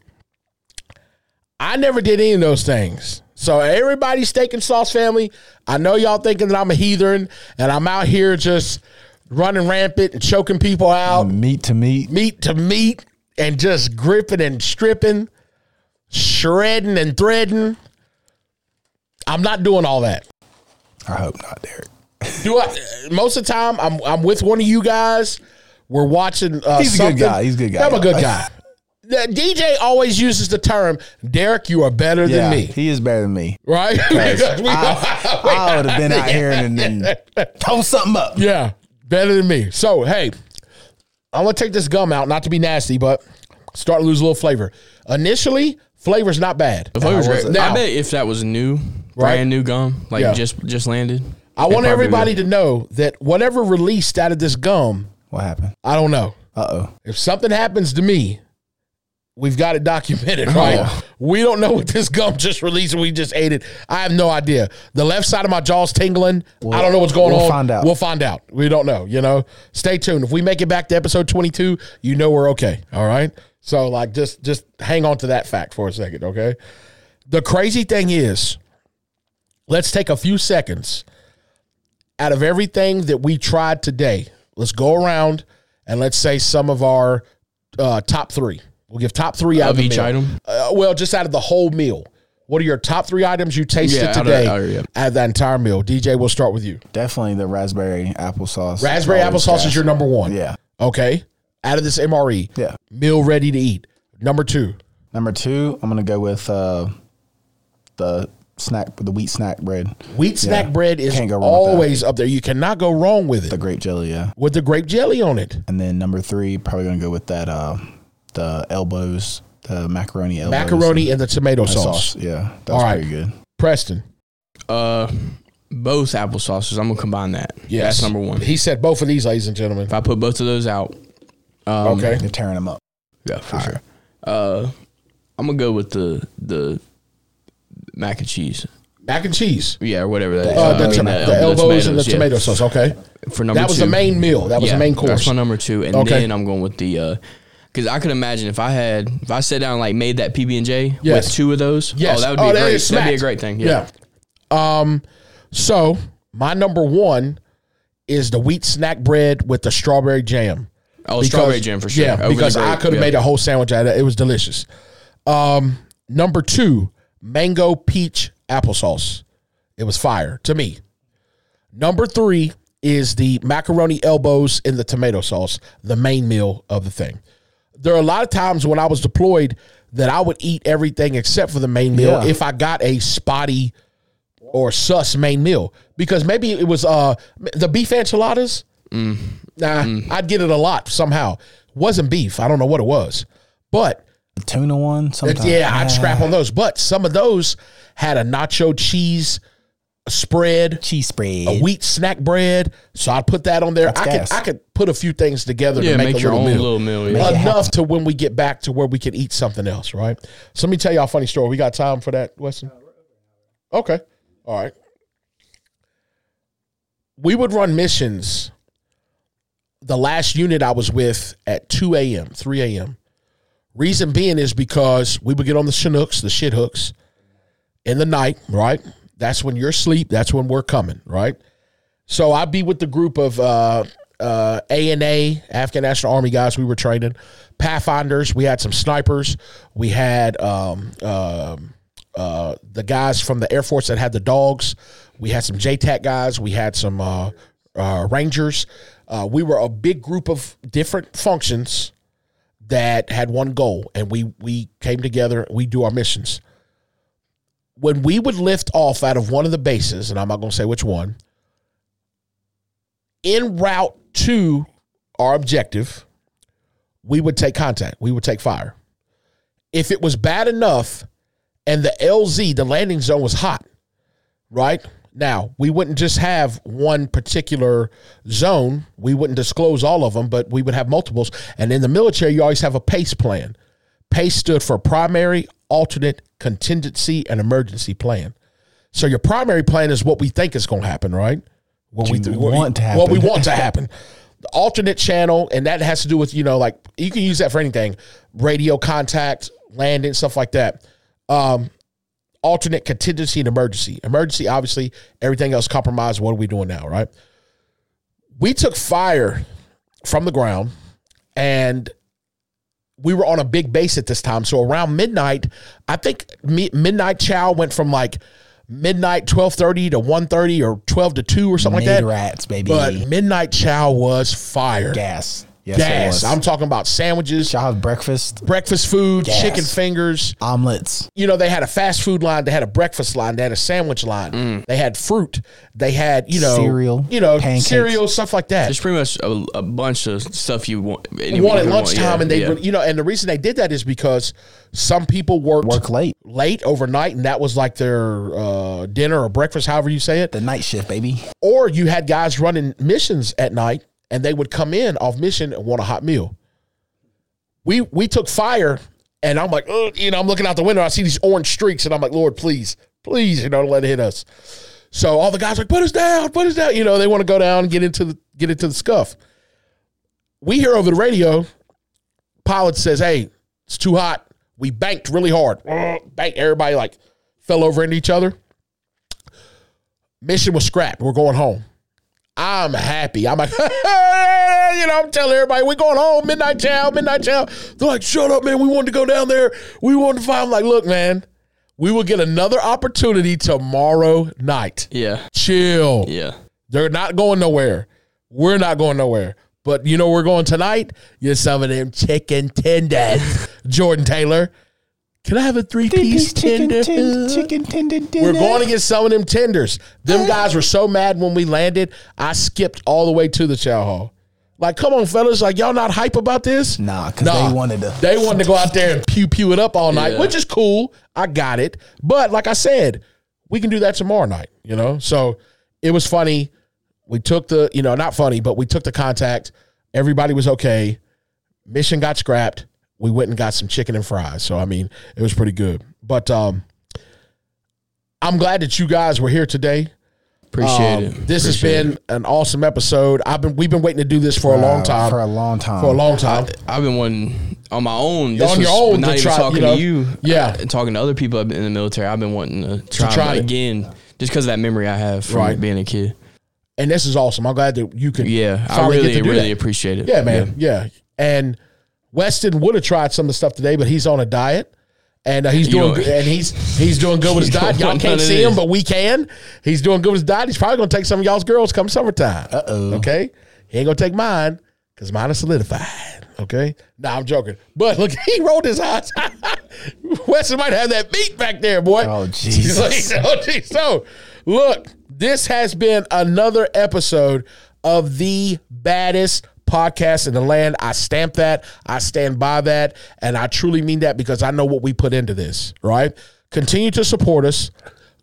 I never did any of those things. So everybody, steak and sauce family, I know y'all thinking that I'm a heathen and I'm out here just running rampant and choking people out,
Meat to meat.
meat to meat, and just gripping and stripping, shredding and threading. I'm not doing all that.
I hope not, Derek.
Do I? Most of the time, I'm I'm with one of you guys. We're watching. Uh,
He's a good
something.
guy. He's a good guy,
I'm a good
though.
guy. The DJ always uses the term, "Derek, you are better than
Yeah,
me."
he is better than me.
Right? Because we-
I, I would have been out here and then told something up.
yeah, better than me. So hey, I'm gonna take this gum out, not to be nasty, but start to lose a little flavor. Initially, flavor's not bad.
The flavor's
How was
great.
it?
I
Now-
bet if that was new,
Right.
brand new gum, like
Yeah.
just just landed.
I want
it probably
everybody to
would.
know that whatever released out of this gum,
What happened?
I don't know.
Uh oh.
if something happens to me, we've got it documented, right? We don't know what this gum just released and we just ate it. I have no idea. The left side of my jaw's tingling. I don't know what's going
we'll
on.
find out.
We'll find out. We don't know, you know? Stay tuned. If we make it back to episode 22, you know we're okay, all right? So, like, just just hang on to that fact for a second, okay? The crazy thing is, let's take a few seconds out of everything that we tried today. Let's go around and let's say some of our uh, top three. We'll give top three out
Of
of the
each
meal.
item?
Uh, well, just out of the whole meal. What are your top three items you tasted
Yeah, out of-
today
out of- yeah.
out of that entire meal? DJ, we'll start with you.
Definitely the raspberry applesauce.
Raspberry
Always
applesauce
gas.
is your number one.
Yeah.
Okay. Out of this MRE.
Yeah.
Meal ready to eat. Number two.
Number two, I'm gonna go with uh, the snack, the wheat snack bread,
Wheat snack bread is
Can't go wrong with that.
always up there. You cannot go wrong with it.
the grape jelly, yeah.
with the grape jelly on it.
And then number three, probably gonna go with that uh, the elbows, the macaroni elbows,
Macaroni and the tomato
and
sauce.
Yeah, that's
All right.
pretty good.
Preston.
Uh, both applesauces. I'm gonna combine that.
Yes.
that's number one.
He said both of these, ladies and gentlemen.
If I put both of those out,
okay.
They're tearing them up.
Yeah, for sure. Uh, I'm gonna go with the the mac and cheese.
Mac and cheese.
Yeah, or whatever that is.
Uh, the,
I mean, um,
tom- the elbows and the
tomatoes, yeah.
tomato sauce. Okay.
For number
That was
two.
the main meal. That was the main course.
That's my number two, and
Okay.
then I'm going with the. uh 'cause because I could imagine if I had if I sat down and like made that PB and J with
Yes.
two of those,
Yes.
oh that would
Oh,
be
that
great.
is
That'd be a
smacked.
great thing. Yeah.
Yeah. Um. So my number one is the wheat snack bread with the strawberry jam.
Oh, strawberry jam for sure.
Yeah,
Overly
because I
great,
could have
yeah.
made a whole sandwich out of it. It was delicious. Um, number two, mango peach applesauce. It was fire to me. Number three is the macaroni elbows in the tomato sauce, the main meal of the thing. There are a lot of times when I was deployed that I would eat everything except for the main meal
Yeah.
if I got a spotty or sus main meal because maybe it was uh the beef enchiladas. Nah, I'd get it a lot somehow. Wasn't beef. I don't know what it was, but
The tuna one. Sometimes.
yeah, I'd scrap on those. But some of those had a nacho cheese spread
cheese spread.
a wheat snack bread. So I put that on there.
That's
I
gas.
could I could put a few things together
Yeah,
to make,
make
a
your
little
own
meal.
little meal, yeah.
it
Enough to when we get back to where we can eat something else, right? So let me tell y'all a funny story. We got time for that, Weston? Okay. All right. We would run missions. The last unit I was with at 2 a.m., 3 a.m. Reason being is because we would get on the Chinooks, the shit hooks, in the night, right? That's when you're asleep. That's when we're coming, right? So I'd be with the group of uh, uh, A, Afghan National Army guys we were training, Pathfinders. We had some snipers. We had um, um uh, the guys from the Air Force that had the dogs. We had some JTAC guys. We had some uh, uh, Rangers. Uh, we were a big group of different functions that had one goal, and we we came together. We do our missions. When we would lift off out of one of the bases, and I'm not going to say which one, en route to our objective, we would take contact. We would take fire. If it was bad enough and the LZ, the landing zone was hot, right? Now, we wouldn't just have one particular zone. We wouldn't disclose all of them, but we would have multiples. And in the military, you always have a PACE plan. PACE stood for primary, alternate, contingency, and emergency plan. So your primary plan is what we think is going to happen, right? What
You want to
What we
happen.
want to happen. The alternate channel, and that has to do with you know, like you can use that for anything, radio contact, landing, stuff like that. Um, alternate contingency and emergency. Emergency, obviously, everything else compromised. What are we doing now, right? We took fire from the ground and we were on a big base at this time. So around midnight, I think mi- midnight chow went from like midnight 12:30 to 1:30 or 12 to 2 or something like that.
rats, baby.
But midnight chow was fire.
gas. Yes, it
Gas.
was.
I'm talking about sandwiches,
Y'all have breakfast,
breakfast food,
Gas.
chicken fingers,
omelets.
you know, they had a fast food line, they had a breakfast line, they had a sandwich line,
Mm.
they had fruit, they had, you know,
Cereal,
you know,
pancakes.
cereal, stuff like that.
There's pretty much a, a bunch of stuff you want. anyone
One at
could want,
lunchtime,
yeah,
and they,
yeah.
you know, and the reason they did that is because some people worked
Work late.
late overnight, and that was like their uh, dinner or breakfast, however you say it.
The night shift, baby.
Or you had guys running missions at night, and they would come in off mission and want a hot meal. We we took fire, and I'm like, "Ugh," you know, I'm looking out the window, I see these orange streaks, and I'm like, Lord, please, please, you know, don't let it hit us. So all the guys are like, put us down, put us down. You know, they want to go down, and get into the get into the scuff. We hear over the radio, pilot says, Hey, it's too hot. We banked really hard. Bank everybody like fell over into each other. Mission was scrapped. We're going home. I'm happy. I'm like, you know, I'm telling everybody we're going home, midnight chow, midnight chow. They're like, shut up, man. We wanted to go down there. We wanted to find. I'm like, look, man, we will get another opportunity tomorrow night.
yeah,
Chill.
yeah.
They're not going nowhere. We're not going nowhere. But you know where we're going tonight? You're some of them chicken tenders. Jordan Taylor. Can I have a three piece tender?
chicken tender
We're
dinner.
going to get some of them tenders. Them guys were so mad when we landed, I skipped all the way to the chow hall. Like, come on, fellas. Like, y'all not hype about this?
Nah, 'cause they wanted to-
They wanted to go out there and pew pew it up all night,
Yeah.
which is cool. I got it. But like I said, we can do that tomorrow night, you know? So it was funny. We took the, you know, not funny, but we took the contact. Everybody was okay. Mission got scrapped. We went and got some chicken and fries. So I mean, it was pretty good. But um, I'm glad that you guys were here today.
Appreciate
Um,
it.
This
Appreciate
has been an awesome episode. I've been we've been waiting to do this for a long
Uh,
time.
For a long time.
For a long time.
it. I've been wanting on my own. This
On
was
your own
not
to
even
try-
talking
you know,
to you.
yeah.
uh, talking to other people in the military. I've been wanting to try,
try
it
it.
again, just because of that memory I have from
Right.
being a kid.
and this is awesome. I'm glad that you could.
Yeah, I
finally get
really,
to do
really
that.
appreciate it.
Yeah, man. Yeah. And Weston would have tried some of the stuff today, but he's on a diet. And uh, he's
You
doing
don't-
good, and he's he's doing good with his
You
diet.
don't
Y'all
want
can't
none of
see him,
this.
but we can. He's doing good with his diet. He's probably gonna take some of y'all's girls come summertime. Uh oh. Okay. He ain't gonna take mine because mine is solidified. Okay. Nah, I'm joking. But look, he rolled his eyes. Weston might have that meat back there, boy.
Oh, Jesus.
So, geez, so, look, this has been another episode of the baddest podcast in the land. I stamp that. I stand by that. And I truly mean that because I know what we put into this, right? Continue to support us.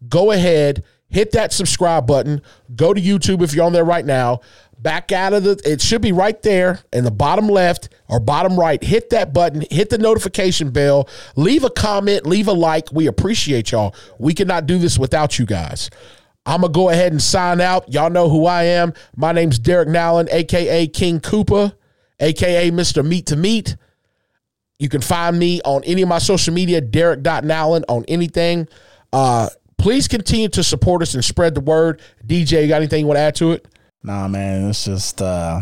Go ahead, hit that subscribe button. Go to YouTube if you're on there right now. Back out of the, it should be right there in the bottom left or bottom right. Hit that button, hit the notification bell, leave a comment, leave a like. We appreciate y'all. We cannot do this without you guys. I'm going to go ahead and sign out. Y'all know who I am. My name's Derek Nowlin, AKA King Cooper, AKA Mr. Meat to Meat. You can find me on any of my social media, Derek.Nowlin, on anything. Uh, please continue to support us and spread the word. DJ, you got anything you want to add to it?
Nah, man, it's just uh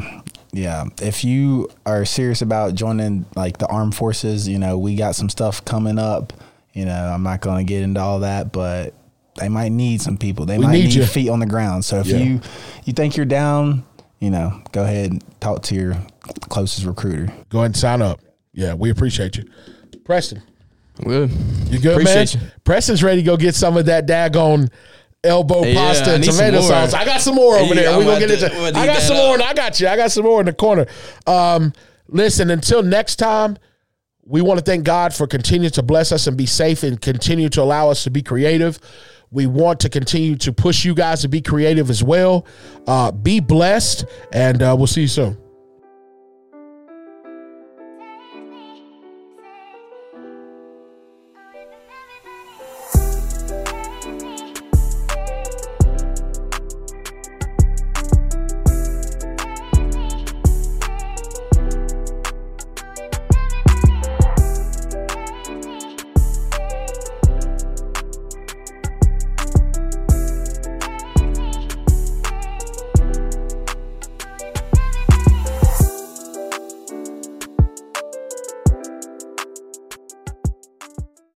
yeah. If you are serious about joining like the armed forces, you know, we got some stuff coming up. You know, I'm not gonna get into all that, but they might need some people. They might
need
need,
you.
feet on the ground. So if
Yeah.
you you think you're down, you know, go ahead and talk to your closest recruiter.
Go ahead and sign up. Yeah, we appreciate you. Preston,
Good.
you good,
Appreciate
man?
you.
Preston's ready to go get some of that daggone elbow
Yeah,
pasta
I
and
need some
tomato
more.
sauce. I got some more over
Yeah,
there.
I'm
We're going
about
to get into
to- I'm about to
I
eat
got
that
some
up.
more, and I got you. I got some more in the corner. Um, listen, until next time, we want to thank God for continuing to bless us and be safe and continue to allow us to be creative. We want to continue to push you guys to be creative as well. Uh, be blessed, and uh, we'll see you soon.